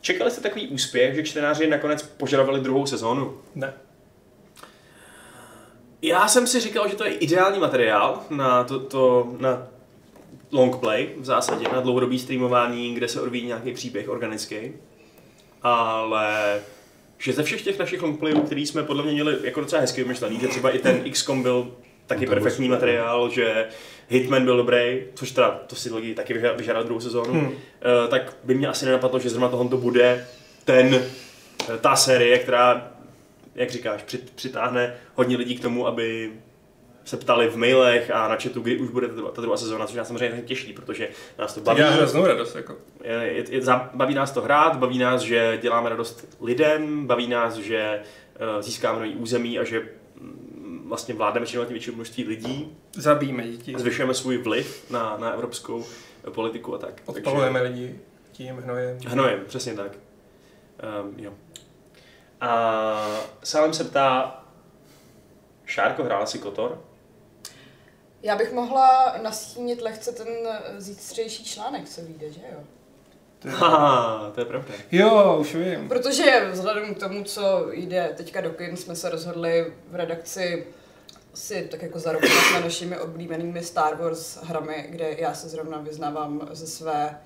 čekali jste takový úspěch, že čtenáři nakonec požadovali druhou sezónu?
Ne.
Já jsem si říkal, že to je ideální materiál na to, to na longplay v zásadě, na dlouhodobý streamování, kde se odvíjí nějaký příběh organický. Ale že ze všech těch našich longplayů, který jsme podle mě měli jako docela hezky vymyšlený, že třeba i ten XCOM byl taky
No, to byl
perfektní
super.
materiál, že Hitman byl dobrý, což teda to si lidi taky vyža- vyžádal druhou sezónu,
Hmm.
eh, tak by mě asi nenapadlo, že zrovna tohle to bude ten, eh, ta série, která jak říkáš, přit, přitáhne hodně lidí k tomu, aby se ptali v mailech a na chatu, kdy už bude ta druhá, ta druhá sezóna, což nás samozřejmě těší, protože nás to
Tak
baví.
já hroznou radost, jako.
Je, je, je, za- baví nás to hrát, baví nás, že děláme radost lidem, baví nás, že uh, získáme nový území a že mm, vlastně vládneme čím dál tím větší množství lidí,
Zabijeme děti.
zvyšujeme svůj vliv na, na evropskou eh, politiku a tak. Takže-
Odpalujeme lidi tím hnojem.
Hnojem, přesně tak. Um, jo. A Salem se ptá, Šárko, hrála si Kotor?
Já bych mohla nastínit lehce ten eh, zítřejší článek, co vyjde, že jo?
To je-
Haha, to je pravda.
Jo, už vím.
Protože vzhledem k tomu, co jde teďka do kin, jsme se rozhodli v redakci si tak jako zarobovat na našimi oblíbenými Star Wars hrami, kde já se zrovna vyznávám ze své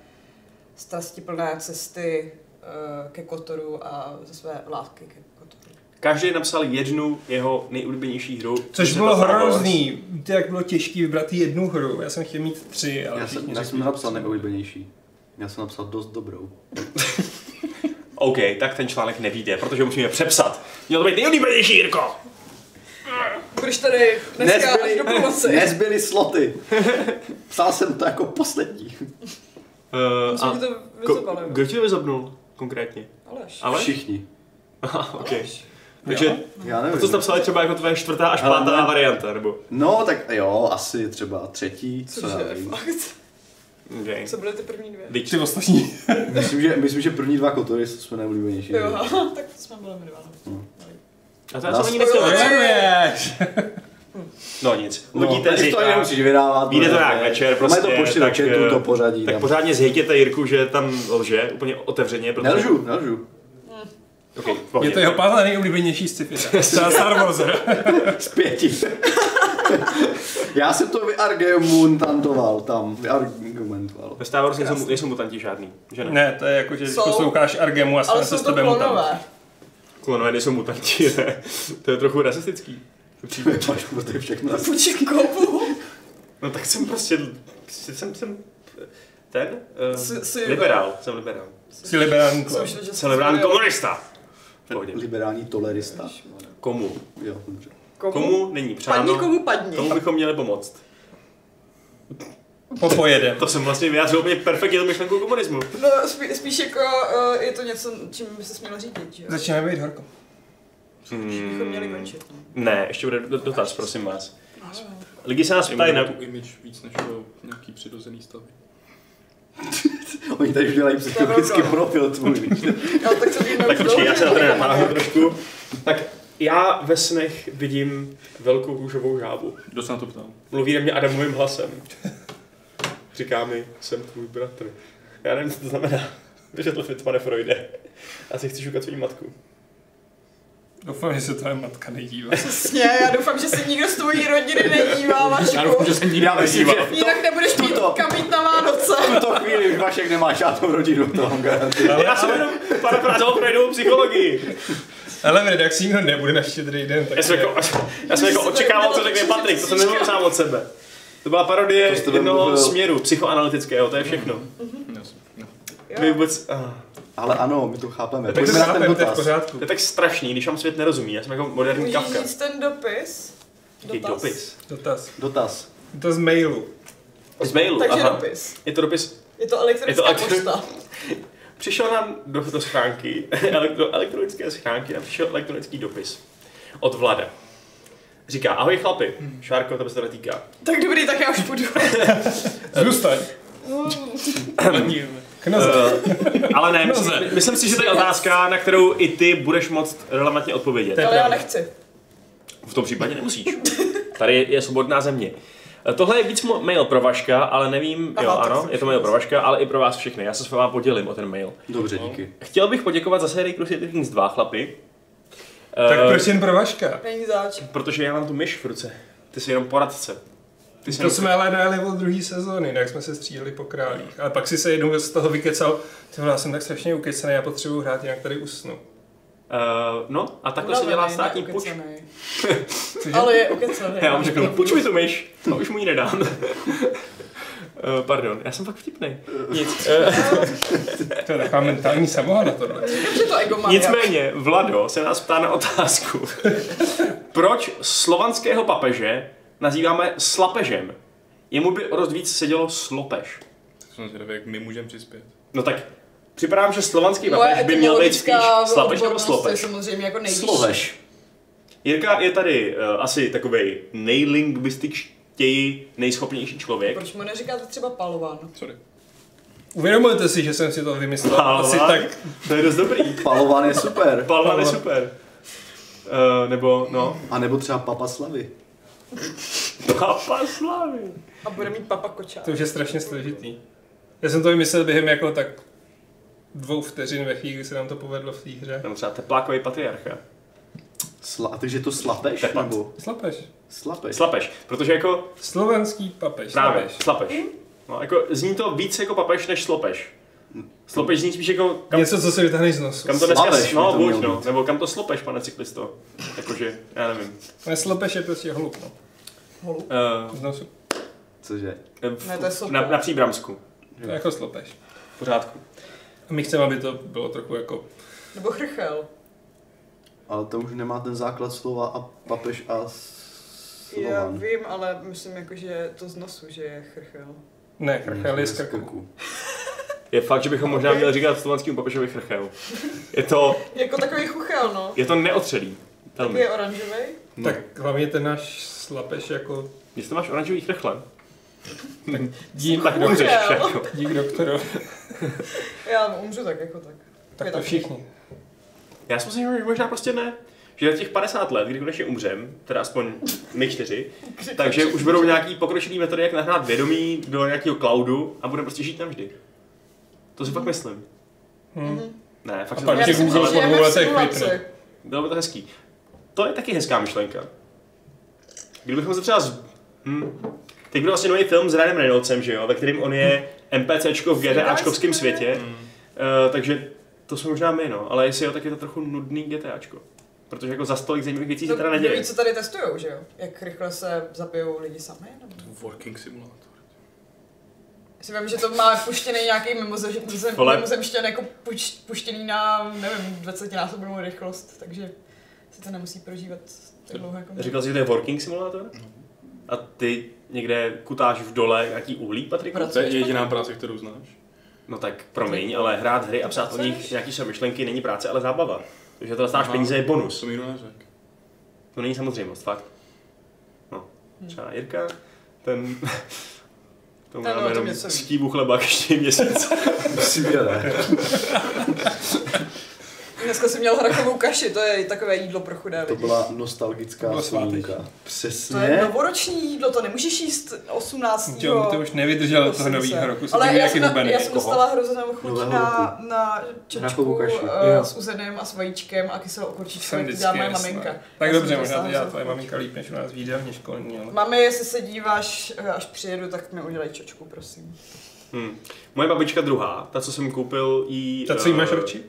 strastiplné cesty eh, ke Kotoru a ze své lásky ke Kotoru.
Každý napsal jednu jeho nejoblíbenější hru.
Což
Se
bylo
to stalo.
hrozný. Víte, jak bylo těžký vybrat jednu hru. Já jsem chtěl mít tři, ale
Já jsem,
všichni
já jsem
řekli-
napsal neoblíbenější. Já jsem napsal dost dobrou.
OK, tak ten článek nevíde, protože musíme přepsat. Měl to být nejoblíbenější, Jirko!
Budeš tady dneska až do půlnoci.
nezbyly sloty. Psal jsem to jako poslední.
Uh,
Myslím, že to vyzobalo.
kdo ti to vyzobnul konkrétně?
Aleš.
Ale?
Všichni.
Aha, OK. Takže
Já nevím.
to jsi napsal třeba jako tvoje čtvrtá až
Ale
pátá
ne.
varianta, nebo?
No, tak jo, asi třeba třetí, co já
Cože,
vím.
fakt.
Okay.
Co byly ty první dvě?
Ty ostatní.
Myslím, že, myslím, že první dva kotory jsme No, neoblíbenější.
Jo, tak to jsme byli jmenováni.
A to já jsem
Nás-
ani
No,
nechtěl. říct.
Jmenuješ.
No nic,
No,
hodíte
takže to ani nemusíš vydávat.
Vyjde to
protože-
nějak večer, prostě.
Máme to pošli na chatu,
eh,
to pořadí. no.
Tak
tam.
pořádně zhejtěte Jirku, že tam lže, úplně otevřeně. Protože...
Nelžu, nelžu.
Okay,
Je to jeho pátá nejoblíbenější sci-fi. hra. Třeba Star Wars. hra.
Z pěti. Já jsem to vyargumentoval tam, vyargumentoval.
Ve Star Wars nejsou, mu- nejsou mutanti žádný, že ne?
Ne, to je jako, že když
Jsou-
posloucháš Argemu a stane
Ale
se s
jsou to
tebe mutant.
klonové.
Klonové nejsou mutanti, ne? To je trochu rasistický. Přijde.
Máš pro ty všechno.
Fučím kopu.
No tak jsem prostě, prostě jsem, jsem ten,
S- s-
uh, liberál, jsem liberál.
Jsi liberální
Jsem
klon.
myslel, že
Celebrán
jsem-
komunista! V Pohodě.
Liberální tolerista.
Komu?
Jo, dobře.
Komu není přáno,
Padni komu padni.
tomu bychom měli pomoct.
Popojedem.
To jsem vlastně vyjádřil úplně perfektně tu myšlenku komunismu.
No, spí, spíš jako eh, je to něco, čím by se smělo řídit, že jo?
Začínáme být horko.
Bychom měli končit. no.
Hmm, Ne, ještě bude do- dotaz, prosím vás.
Ale-
Lidi se nás ptají na...
tu image víc než o nějaký přirozený stav.
Oni tady už dělají psychologický
pravda.
profil tvůj, víš.
No, tak co víme,
Tak
už
počkej, já se na to
dlouho,
nenapáhnu trošku. Tak já ve snech vidím velkou růžovou žábu.
Kdo se na to ptal?
Mluví na mě Adamovým hlasem. Říká mi, jsem tvůj bratr. Já nevím, co to znamená. Vysvětl mi to, pane Freude. Asi chci šukat svou matku.
Doufám, že se tvoje matka nedívá.
Přesně, já doufám, že se nikdo z tvojí rodiny nedívá,
Já doufám, že
Vašku.
se nikdy nedívá.
Jinak nebudeš mít
tuto.
kam jít na Vánoce.
V tuto chvíli už Vašek nemá žádnou rodinu, to vám garantuji.
Ale,
Já jsem
ale,
jenom parafrázoval Freudovou psychologii.
ale v redakci nikdo nebude na štědrý den,
Já jsem
takže...
jako, já jsem jako očekával, co řekne Patrik, to jsem nemluvil sám od sebe. To byla parodie
To jste
jednoho
mluvil.
směru psychoanalytického, to je všechno. Vy vůbec, ah.
Ale ano, my to chápeme.
Tak to
Pojďme na ten
chápem, to je v
dotaz.
pořádku.
To je tak strašný, když vám svět nerozumí. Já jsem jako moderní
Můžeš
kavka.
říct ten dopis?
Jaký dopis.
Dotaz.
Dotaz.
Dotaz mailu.
Z mailu,
Takže
aha.
dopis.
Je to dopis.
Je to elektronická
Je to elektro-
pošta.
Přišel nám do, do schránky, elektro, elektronické schránky, nám přišel elektronický dopis od Vlada. Říká, ahoj chlapi,
Hmm.
Šárko, to se teda týká.
Tak dobrý, tak já už půjdu.
Zůstaň. Knoze.
Eh, Ale ne, myslím, myslím si, že to je otázka, na kterou i ty budeš moct relevantně odpovědět.
Ale já nechci.
V tom případě nemusíš. Tady je, je svobodná země. E, Tohle je víc mo- mail pro Vaška, ale nevím,
Aha,
jo,
tak
ano,
jsem
je to mail pro Vaška, ale i pro vás všechny. Já se s váma podělím o ten mail.
Dobře, díky.
Chtěl bych poděkovat za sérii Crusader Kings 2, chlapi.
Tak
Eh,
proč jen pro Vaška?
Není zač.
Protože já mám tu myš v ruce. Ty jsi jenom poradce. Ty jsi
To
jenom...
jsme ale dojeli od druhé sezóny, jinak jsme se stříleli po králích. Ale pak si se jednou z toho vykecal, ty vole, já jsem tak strašně ukecaný, já potřebuji hrát, jinak tady usnu.
Uh, no, a takhle se dělá státní puč.
Cože?
Ale je ukecený.
Já vám řeknu, půjč mi tu myš, a už mu ji nedám. Eh, Pardon, já jsem fakt vtipný. Nic. eh,
To je taková mentální samoha na tohle.
Říkám, že to ego má.
Nicméně, Vlado se nás ptá na otázku. Proč slovanského papeže nazýváme slapežem? Jemu by o dost víc sedělo slopež.
To jsem zvědavý, jak my můžeme přispět.
No tak, připadám, že slovanský
Moje
papež by měl být spíš
etymologická
slapež nebo
odbornost je
slopež.
samozřejmě jako nejvyšší.
Sloveš.
Jirka je tady uh, asi takovej nejlingvističtěji nejschopnější člověk.
Proč mu neříkáte třeba palovan?
Sorry.
Uvědomujete si, že jsem si to vymyslel
Palovan?
asi tak
To je dost dobrý.
Palovan je super.
Palman je super. Uh, nebo, no,
A nebo třeba Papa Slavy.
Papa Slavy.
A bude mít papa kočá.
To už je strašně složitý. Já jsem to vymyslel během jako tak dvou vteřin ve chvíli, kdy se nám to povedlo v té hře.
Nebo třeba teplákový patriarcha.
Sla, takže to slapeš?
Tepat.
Nebo
Slapež.
slapeš?
Slapež, protože jako
Slovenský papež.
Právě,
slapež.
slapež. No, jako zní to víc jako papež než slopež. Slopež zní spíš jako kam,
Něco, co si vytáhneš z nosu.
kam to dneska,
Slapež by
no
to
buď
mělo
no,
být.
nebo kam to slopeš, pane cyklisto. Jakože, já nevím.
Ne, slapež je prostě holub, no.
Uh,
Z nosu.
Cože?
Ne, to je slopež.
na, na Příbramsku,
To je jako slopež.
v pořádku.
A my chceme, aby to bylo trochu jako...
Nebo chrchel.
Ale to už nemá ten základ slova a papež a
Já
slovan.
vím, ale myslím jako, že to z nosu, že je chrchel.
Ne, krchel je z krku.
krku.
Je fakt, že bychom možná měli říkat slovanským papežovi chrchel. Je to,
Jako takový chuchel, no.
je to neotřelý.
Takový
Velmi.
je oranžový.
No.
Tak hlavně ten náš slapež jako...
Jestli to máš oranžový chrchle,
Dík,
tak dobře,
Chrchel.
jako.
dík doktorovi.
Já umřu tak jako tak.
Tak to všichni.
Já si myslím, že možná prostě ne. Že za těch 50 let, kdy konečně umřem, teda aspoň my čtyři, takže už budou nějaký pokročilý metody, jak nahrát vědomí do nějakého cloudu a budeme prostě žít navždy. To si fakt myslím.
Mhm.
Ne, fakt
A
si
pak
to
Já
tě
myslím,
myslím,
Google
že
po
ale
žijeme
dvou
v
letech
simulaci.
vypne.
bylo by to hezký. To je taky hezká myšlenka. Kdybychom se třeba z... Hm. Teď bude vlastně nový film s Ryanem Reynoldsem, že jo, ve kterém on je NPCčko v GTAčkovském světě, Eh, takže to jsou možná my, no. Ale jestli jo, tak je to trochu nudný GTAčko. Protože jako za stolik zajímavých věcí se
No,
teda
neví,
neděje.
co tady testujou, že jo? Jak rychle se zabijou lidi sami? Nebo?
Working simulator.
Si vím, že to má puštěný nějaký mimozem, mimozem,
Vole.
mimozemštěn jako puč, puštěný na, nevím, 20 násobnou rychlost, takže se to nemusí prožívat tak dlouho jako my.
Říkal jsi, že to je working simulátor? A ty někde kutáš v dole nějaký uhlí, Patriku?
Prac-
To je jediná práce, kterou znáš.
No tak promiň, ale hrát hry a psát o nich nějaký své myšlenky není práce, ale zábava. Takže to dostáváš
Aha.
peníze je bonus.
Jsem jinou neřekl.
To není samozřejmost, fakt. No, třeba Jirka, ten... no, To
Ten o
máme
tom
jenom
něco ví.
stívu chleba každý měsíc.
Musím ne.
Dneska jsem měl hrakovou kaši, to je takové jídlo pro chudé
To
lidi.
byla nostalgická
Bylo sváteční.
slunka. Přesně.
To je novoroční jídlo, to nemůžeš jíst 18.
Jo, ty už nevydržel toho nového roku, jsem
Ale
byl
já
nějaký
prostě jsem, na,
hubený.
já jsem dostala hroznou chuť
Nového
na,
roku.
na
Hrakovou
čočku
kaši.
uh, s uzenem a s vajíčkem a kyselou okurčičkou,
Jsem
jak to
vždycky
dělá moje
nesla.
maminka.
Tak
Já jsem
dobře,
to
možná to
dostala
dělá
za-
tvoje maminka líp, než u nás v jídelně školní, ale...
Mami, jestli se díváš, eh, až přijedu, tak mi udělej čočku, prosím.
Hmm. Moje babička druhá, ta, co jsem koupil, jí...
Ta, co jí
eh,
máš radši?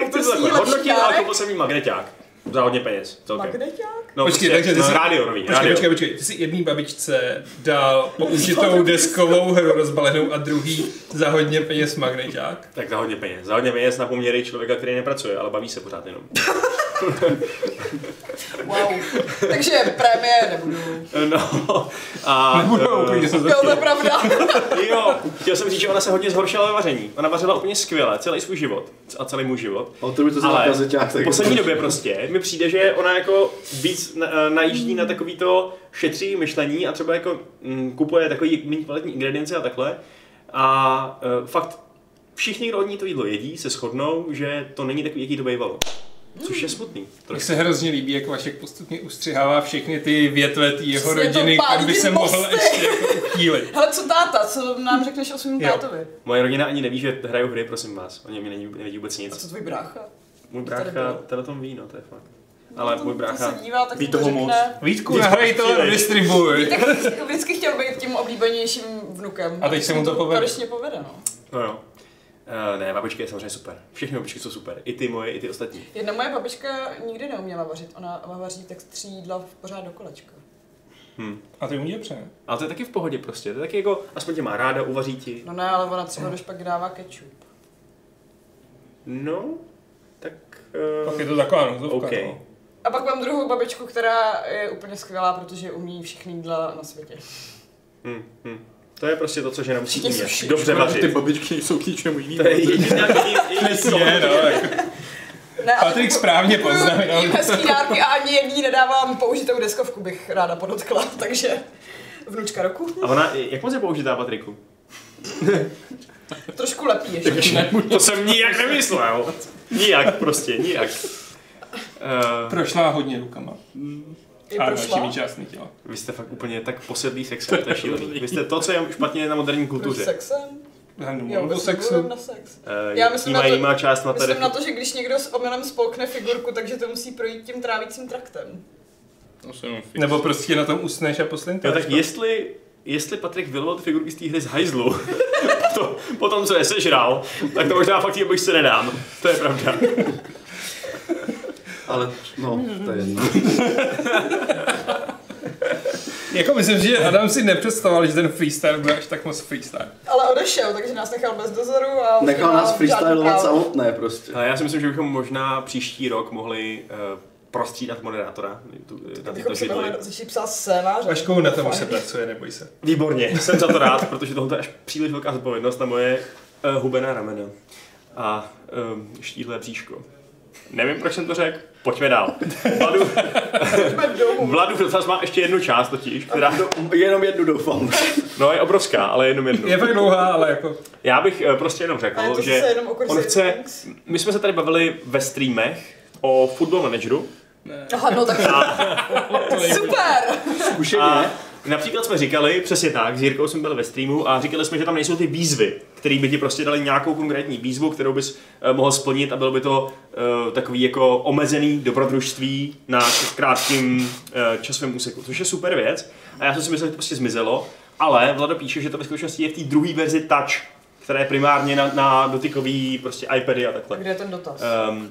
Tak to
Ty jsi
takhle,
jí lepší
hodnotil a
dárek?
koupil jsem jí magneťák. Za hodně peněz, celkem.
Magneťák?
No,
Počkej,
prostě,
takže ty
no,
jsi-
rádio nový,
Počkej,
rádio.
počkej, počkej, ty si jedný babičce dal použitou deskovou hru rozbalenou a druhý za hodně peněz magneťák.
Tak za hodně peněz. Za hodně peněz na poměry člověka, který nepracuje, ale baví se pořád jenom.
Wow. Takže prémie nebudu.
No, a... eh,
Nebudou, klidně se
Jo, to je pravda.
Jo, chtěl jsem říct, že ona se hodně zhoršila ve vaření. Ona vařila úplně skvěle, celý svůj život a celý můj život.
Od té doby, co jsem na
Ale
kazeťách,
v
tak... jako-
poslední době prostě mi přijde, že ona jako víc na- najíždí na takový to šetří myšlení a třeba jako mm, kupuje takový méně kvalitní ingredience a takhle. A e, fakt všichni, kdo od ní to jídlo jedí, se shodnou, že to není takový, jaký to bývalo. Což
Hmm.
je smutný.
Mně
Trošku.
se hrozně líbí, jak Vašek postupně ustřihává všechny ty větve té jeho
Přesně to
rodiny,
pálí
kam by
ty
se mohl
mosty.
ještě jako uchýlit.
Hele, co táta, co nám řekneš o svým
Jo.
tátovi?
Moje rodina ani neví, že hraju hry, prosím vás. Oni mě neví, neví vůbec
A
nic.
co tvůj brácha?
Můj
to tady
brácha,
bylo?
ten o tom ví, no, to je fakt. Ale
to,
můj brácha,
To se dívá, tak
Ví
mu to
toho
řekne.
moc.
Vítku, nahraj to a distribuj.
Tak vždycky chtěl být tím oblíbenějším vnukem.
A teď se mu to povede.
Konečně povede, no.
No jo. Uh, ne, babička je samozřejmě super. Všechny babičky jsou super. I ty moje, i ty ostatní.
Jedna moje babička nikdy neuměla vařit. Ona vaří tak tři jídla v- pořád do kolečka.
A ty umí dobře. ne?
Ale to je taky v pohodě prostě. To je taky jako, aspoň tě má ráda, uvaří ti.
No ne, ale ona třeba když pak dává kečup.
No, tak...
Tak je
Uh,
to taková nouzovka.
OK.
No.
A pak mám druhou babičku, která je úplně skvělá, protože umí všechny jídla na světě.
hm, hm. To je prostě to, co žena musí
Všichni
umět.
suši.
Dobře
Ty
vařit.
babičky jsou k ničemu jinému.
To je její- její- její-
Přesně, no. jako-
Ne, ale
Patrik správně
kupuju
no.
poznamenal.
jim hezký dárky a ani jedný nedávám použitou deskovku, bych ráda podotkla, takže vnučka roku.
A ona, jak moc je použitá, Patriku?
Trošku lepí ještě.
To jsem nijak nemyslel. Nijak, prostě, nijak. Uh,
Prošla hodně rukama.
Je
A dalšími
prošla.
částmi těla.
vy jste fakt úplně tak posedlý sexem, to je šílený. Vy jste to, co je špatně na moderní
Proč
kultuře.
sexem?
Já
Jo,
nemluvím o
bez
sexu.
na sex.
Eh,
Já myslím na
jímá,
to-
jímá část na
Myslím
tady.
na to, že když někdo s omylem spolkne figurku, takže to musí projít tím trávícím traktem.
To jsou jenom fix.
Nebo prostě na tom usneš a poslintáš.
Jo, tak jestli, jestli Patrik vyloval ty figurky z té hry z hajzlu, to, po tom, co je sežral, tak to možná fakt bych se nedám. To je pravda.
prostě.
Ale, no,
Mhm.
to je jedno.
Jako myslím, že Adam si nepředstavoval, že ten freestyle bude až tak moc freestyle.
Ale odešel, takže nás nechal bez dozoru a
Nechal
nemám
nás freestylovat
žádný právo.
samotné prostě.
Ale já si myslím, že bychom možná příští rok mohli uh, prostřídat moderátora. Tu, na tyto
Jako
Bychom se
židli.
mohli začít psát scénář.
Vaškou na tom už se pracuje, neboj se.
Výborně, jsem za to rád, protože tohle je až příliš velká zodpovědnost na moje uh, hubená ramena a uh, štíhlé bříško. Nevím, proč jsem to řekl. Pojďme dál. Vladu,
Pojďme domů.
Vladu Filtas má ještě jednu část totiž, která
Jenom jednu doufám.
no, je obrovská, ale jenom jednu.
Je fakt dlouhá, ale jako...
Já bych eh, prostě jenom
A je
řekl,
to
že
zase jenom o
on
Crusader
chce...
Kings?
My jsme se tady bavili ve streamech o Football Manageru
Aha, no tak super!
a
Zkušeně.
například jsme říkali, přesně tak, s Jirkou jsme byli ve streamu a říkali jsme, že tam nejsou ty výzvy, které by ti prostě dali nějakou konkrétní výzvu, kterou bys eh, mohl splnit a bylo by to eh, takový jako omezený dobrodružství na krátkým eh, časovém úseku, což je super věc a já jsem si myslel, že to prostě zmizelo Ale Vlado píše, že to ve skutečnosti je v té druhé verzi Touch, která je primárně na, na dotykový prostě iPady a takhle.
Kde je ten dotaz?
Um,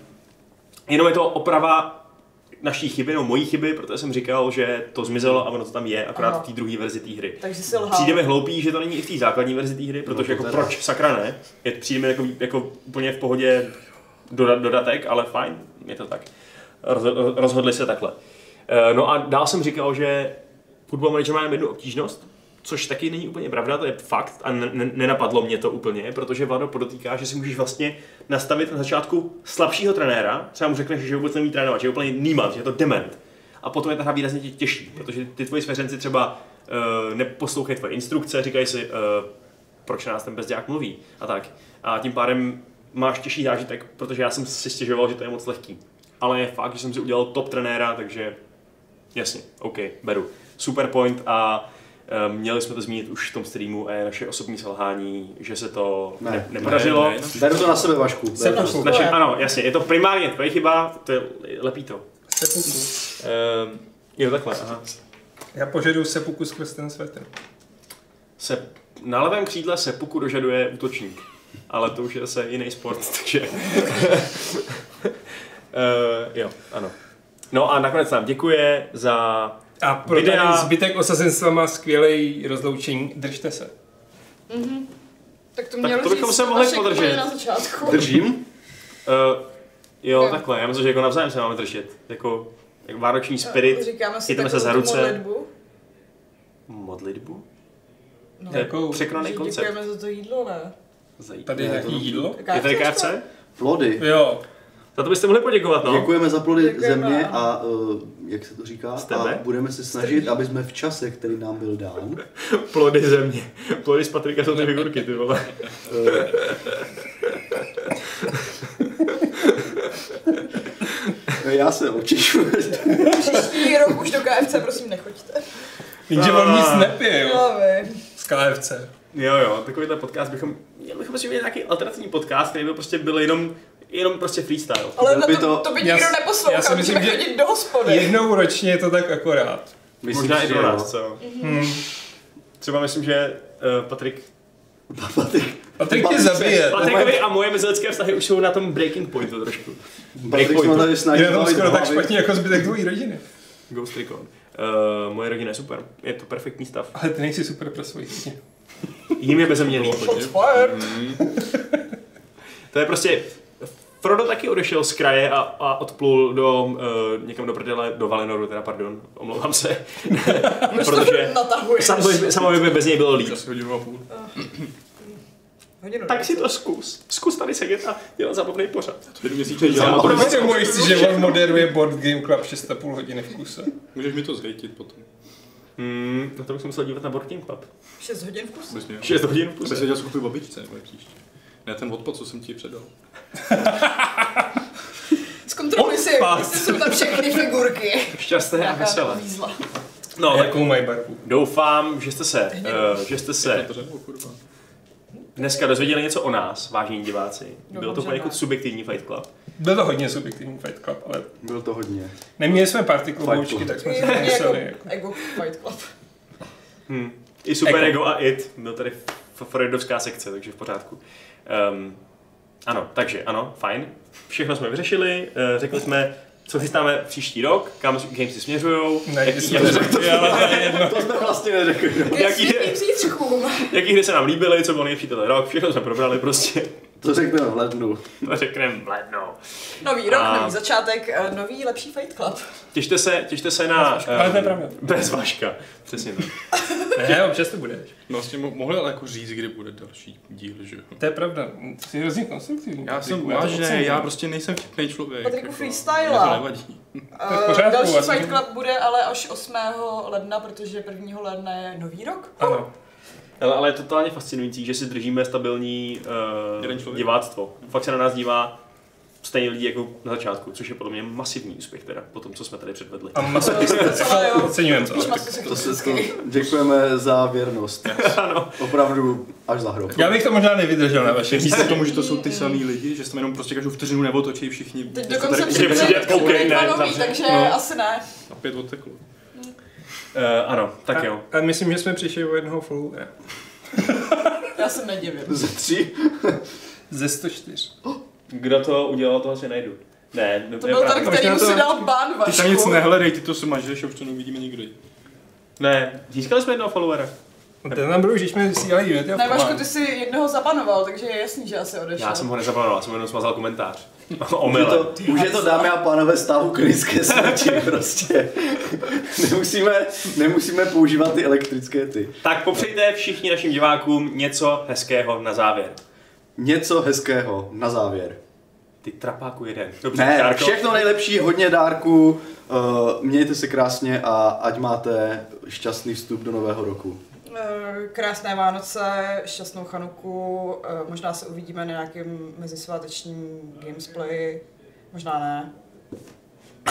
jenom je to oprava naší chyby, no mojí chyby, protože jsem říkal, že to zmizelo a ono to tam je, akorát
Aha.
v té druhé verzi té hry.
Takže si lhal.
Přijde mi hloupý, že to není i v té základní verzi té hry, protože jako
teda.
proč sakra ne? Je, přijde mi jako, jako úplně v pohodě dodat, dodatek, ale fajn, je to tak. Rozho- rozhodli se takhle. Eh, No a dál jsem říkal, že Football Manager má jenom jednu obtížnost, což taky není úplně pravda, to je fakt a ne- ne- nenapadlo mě to úplně, protože Vlado podotýká, že si můžeš vlastně nastavit na začátku slabšího trenéra, třeba mu řekneš, že vůbec nemí trénovat, že je úplně nímat, že je to dement. A potom je ta hra výrazně tě těžší, protože ty tvoji svěřenci třeba uh, neposlouchají tvoje instrukce, říkají si, uh, proč na nás ten bezdělák mluví a tak. A tím pádem máš těžší zážitek, protože já jsem si stěžoval, že to je moc lehký. Ale je fakt, že jsem si udělal top trenéra, takže Jasně, OK, beru. Super point a eh, měli jsme to zmínit už v tom streamu a je naše osobní selhání, že se to
Ne.
ne, nepodařilo.
Ne, ne,
Beru to na sebe, Vašku.
Jsem
Beru
našel.
to.
Naše, ano, jasně, je to primárně tvoje chyba, to je lepí to.
Sepuku.
Uh, jo, takhle, aha.
Já požaduju sepuku skrz ten svetr.
Se, na levém křídle se puku dožaduje útočník, ale to už je zase jiný sport, takže... Eh, jo, ano. No a nakonec nám děkuje za
A pro
Videa-
ten zbytek osazenstva má skvělý rozloučení. Držte se.
Tak to
tak
mělo
to bychom
říct
se mohli
Vašek úplně
podržet.
na začátku.
Držím.
Uh, jo,
Jo.
takhle, já myslím, že jako navzájem se máme držet. Jako, jako vánoční
A
spirit,
Říkáme si
chytneme se za
takovou tu
ruce.
modlitbu.
modlitbu.
No,
To je
Jakou?
překonaný
že
koncept.
děkujeme za to jídlo, ne?
Zajít.
Tady je
Ne,
nějaký
to-
jídlo?
Je tady KFC?
Plody.
Jo.
Za to byste mohli poděkovat, no.
Děkujeme za plody
Děkujeme.
země a uh, jak se to říká,
Stebe?
a budeme se snažit, aby jsme v čase, který nám byl dán,
Plody země. Plody z Patrika jsou ty figurky, ty vole.
eh, já se očišu.
Příští rok už do KFC, prosím, nechoďte.
Jenže on nic nepije, jo.
Jo, vím.
Z KFC.
Jo, jo, takovýhle podcast bychom, měli bychom prostě udělat nějaký alternativní podcast, který by prostě byl jenom, jenom prostě freestyle.
Ale
Byl
na
by
to,
to-
to, by
Já
nikdo
si- já si
neposlouchal,
myslím,
musíme
že-
chodit do hospody.
Jednou ročně je to tak akorát.
Myslím,
Možná i
že
pro
jo.
nás, co?
Hmm.
Třeba myslím, že uh, Patrik
Patrik,
Patrik tě zabije.
Patrikovi a Eh, moje mezilidské vztahy už jsou na tom breaking pointu trošku.
Patrik se
Breakpointu.
tady snaží
Je na tom
bavit
skoro tak
hlavy.
špatně jako zbytek tvojí rodiny.
Ghost Recon. Uh, moje rodina je super. Je to perfektní stav.
Ale ty nejsi super pro svoji rodinu.
Jím je bezměrný.
Shots fired.
Mm. To je prostě... Frodo taky odešel z kraje a, a odplul do, uh, někam do prdele, do Valenoru teda, pardon, omlouvám se. protože
Natahuješ.
samozřejmě- samozřejmě bez něj bylo líp.
Asi hodinu a půl.
Hodinu.
Tak si to zkus. Zkus tady sedět a dělat zábavný pořad.
Čtyři měsíce
dělám.
dělám.
A proč si mu jistý, že on moderuje Board Game Club 6,5 hodiny v kuse?
Můžeš mi to zhejtit potom.
Hmm, na to bych se musel dívat na Board Game Club.
6 hodin v kus.
Bys mě,
6 hodin v
bys
puse.
seděl s kupy babičce nebo příště. Ne, ten odpad, co jsem ti předal.
Zkontroluj si, jestli jsou tam všechny figurky.
Šťastné a veselé.
Vízla.
No, tak
Jakou mají barvu?
doufám, že jste se, uh, že jste se
To řemu, kurva. No,
dneska dozvěděli něco o nás, vážení diváci.
No,
Bylo to
Doufám, že
poněkud
ne.
subjektivní Fight Club.
Byl to hodně subjektivní Fight Club, ale
Bylo to hodně.
neměli jsme party kloboučky,
Club.
tak jsme
Je
se
hodně jako
museli. Jako.
ego fight club.
Hmm. I Super
Ego.
Ego a It. Byl tady f- Freudovská sekce, takže v pořádku. Um, ano, takže ano, fajn. Všechno jsme vyřešili, eh, řekli jsme, co chystáme příští rok, kam gamesy směřujou,
Ne,
jaký,
jsme to řekli, ale to je jedno.
To jsme vlastně neřekli. no.
Ke
Jaký je-
světným zítřkům.
jaký hry se nám líbily, co bylo nejlepší tenhle rok, všechno jsme probrali prostě,
To řekneme v lednu.
to řekneme v lednu.
Nový rok,
A-
nový začátek, eh, nový lepší fight club.
Těšte se, těšte se na...
Ale to je
eh,
pravda.
Bez vaška, přesně tak.
Ne, občas to bude.
Vlastně mo- mohli ale jako říct, kdy bude další díl, že jo.
To je pravda, jsi hrozně konstruktivní.
Já jsem
Patriku, to
vážně,
ocením.
já prostě nejsem vtipný člověk.
Patriku,
jako,
freestyle.
Mě to nevadí.
To je v pořádku,
Eh,
vlastně.
Další
já jsem-
Fight Club bude ale až 8. ledna, protože 1. ledna je nový rok.
Ano,
Ale, ale je totálně fascinující, že si držíme stabilní
Jeden
uh,
člověk.
diváctvo. Fakt se na nás dívá stejně lidí jako na začátku, což je podle mě masivní úspěch teda, po tom, co jsme tady předvedli.
a masochist.
Ale jo.
Oceňujeme to.
Už
ale
má
tak-
se
To se to, děkujeme za věrnost.
Ano.
Opravdu až za hrob.
Já bych to možná nevydržel na vašem
Říct
místě.
se tomu, že to jsou ty samý lidi, že se tam jenom prostě každou vteřinu neotočí všichni.
Teď
Něco
dokonce
tady-
přijde,
přijde
OK,
přijde
No.
ne,
dva nový,
zavře.
takže
No.
asi ne.
A pět odteklo.
Uh, ano, tak jo.
A, a myslím, že jsme přišli o jednoho followera.
Já se nedivím.
Ze tří?
Ze 104.
Kdo to udělal, toho si najdu. Ne, ne
To byl
pravda.
ten, který mu
Možná to-
si dal ban
Ty tam nic
Vašku.
nehledej, ty to smažeš a už to neuvidíme nikdy.
Ne, získali jsme jednoho followera.
Ten nám byl, že jsme sílali jet.
Ne, Vašku, ty si jednoho zabanoval, takže je jasný, že asi odešel.
Já jsem ho nezabanoval, já jsem jenom smazal komentář.
Už je
Omylem.
to, už je to dámy a pánové stavu klinické smrti prostě. Nemusíme, nemusíme používat ty elektrické ty.
Tak popřejte všichni našim divákům něco hezkého na závěr.
Něco hezkého na závěr.
Ty trapáku jeden. Dobře,
Ne,
Šárko.
všechno nejlepší, hodně dárků, eh, mějte se krásně a ať máte šťastný vstup do nového roku.
Eh, Krásné Vánoce, šťastnou Chanuku, eh, možná se uvidíme na nějakém mezisvátečním gamesplayi, možná ne.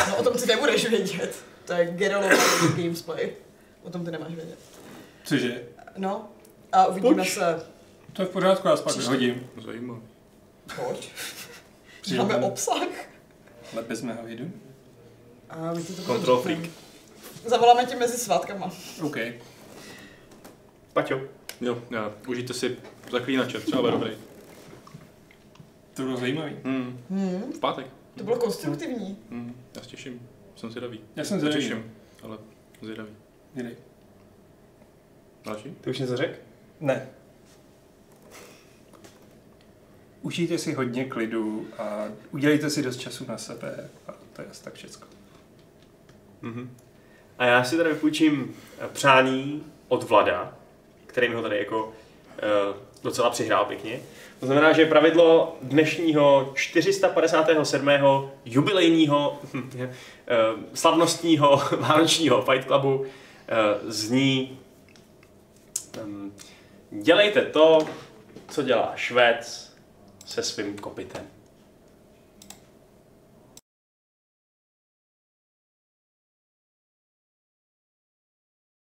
No o tom ty nebudeš vědět, to je Geraltov gamesplay, o tom ty nemáš vědět.
Cože?
No a uvidíme se,
To je v pořádku, já spak vyhodím.
Zajímavé.
pojď,
Přijde
máme
tam.
obsah.
Lepe jsme ho vidu.
A my ti to potom
Control
řekneme. Zavoláme tě mezi svátkama.
OK.
Paťo.
Jo, jo, užijte si zaklínače, třeba bude dobrý.
To bylo zajímavý.
Hmm,
Hmm,
v pátek.
to bylo konstruktivní.
Hmm, já se těším, jsem zvědavý.
Já jsem
Se
zvědavý.
těším, ale zvědavý.
Dělej.
Další?
Ty už něco řekl?
Ne. Užijte si hodně klidu a udělejte si dost času na sebe a to je asi tak všecko.
Mhm. A já si tady vypůjčím eh, přání od Vlada, který mi ho tady jako eh, docela přihrál pěkně. To znamená, že pravidlo dnešního 457. jubilejního hm, eh, slavnostního vánočního Fight Clubu eh, zní ehm, Dělejte to, co dělá Švec se svým kopitem.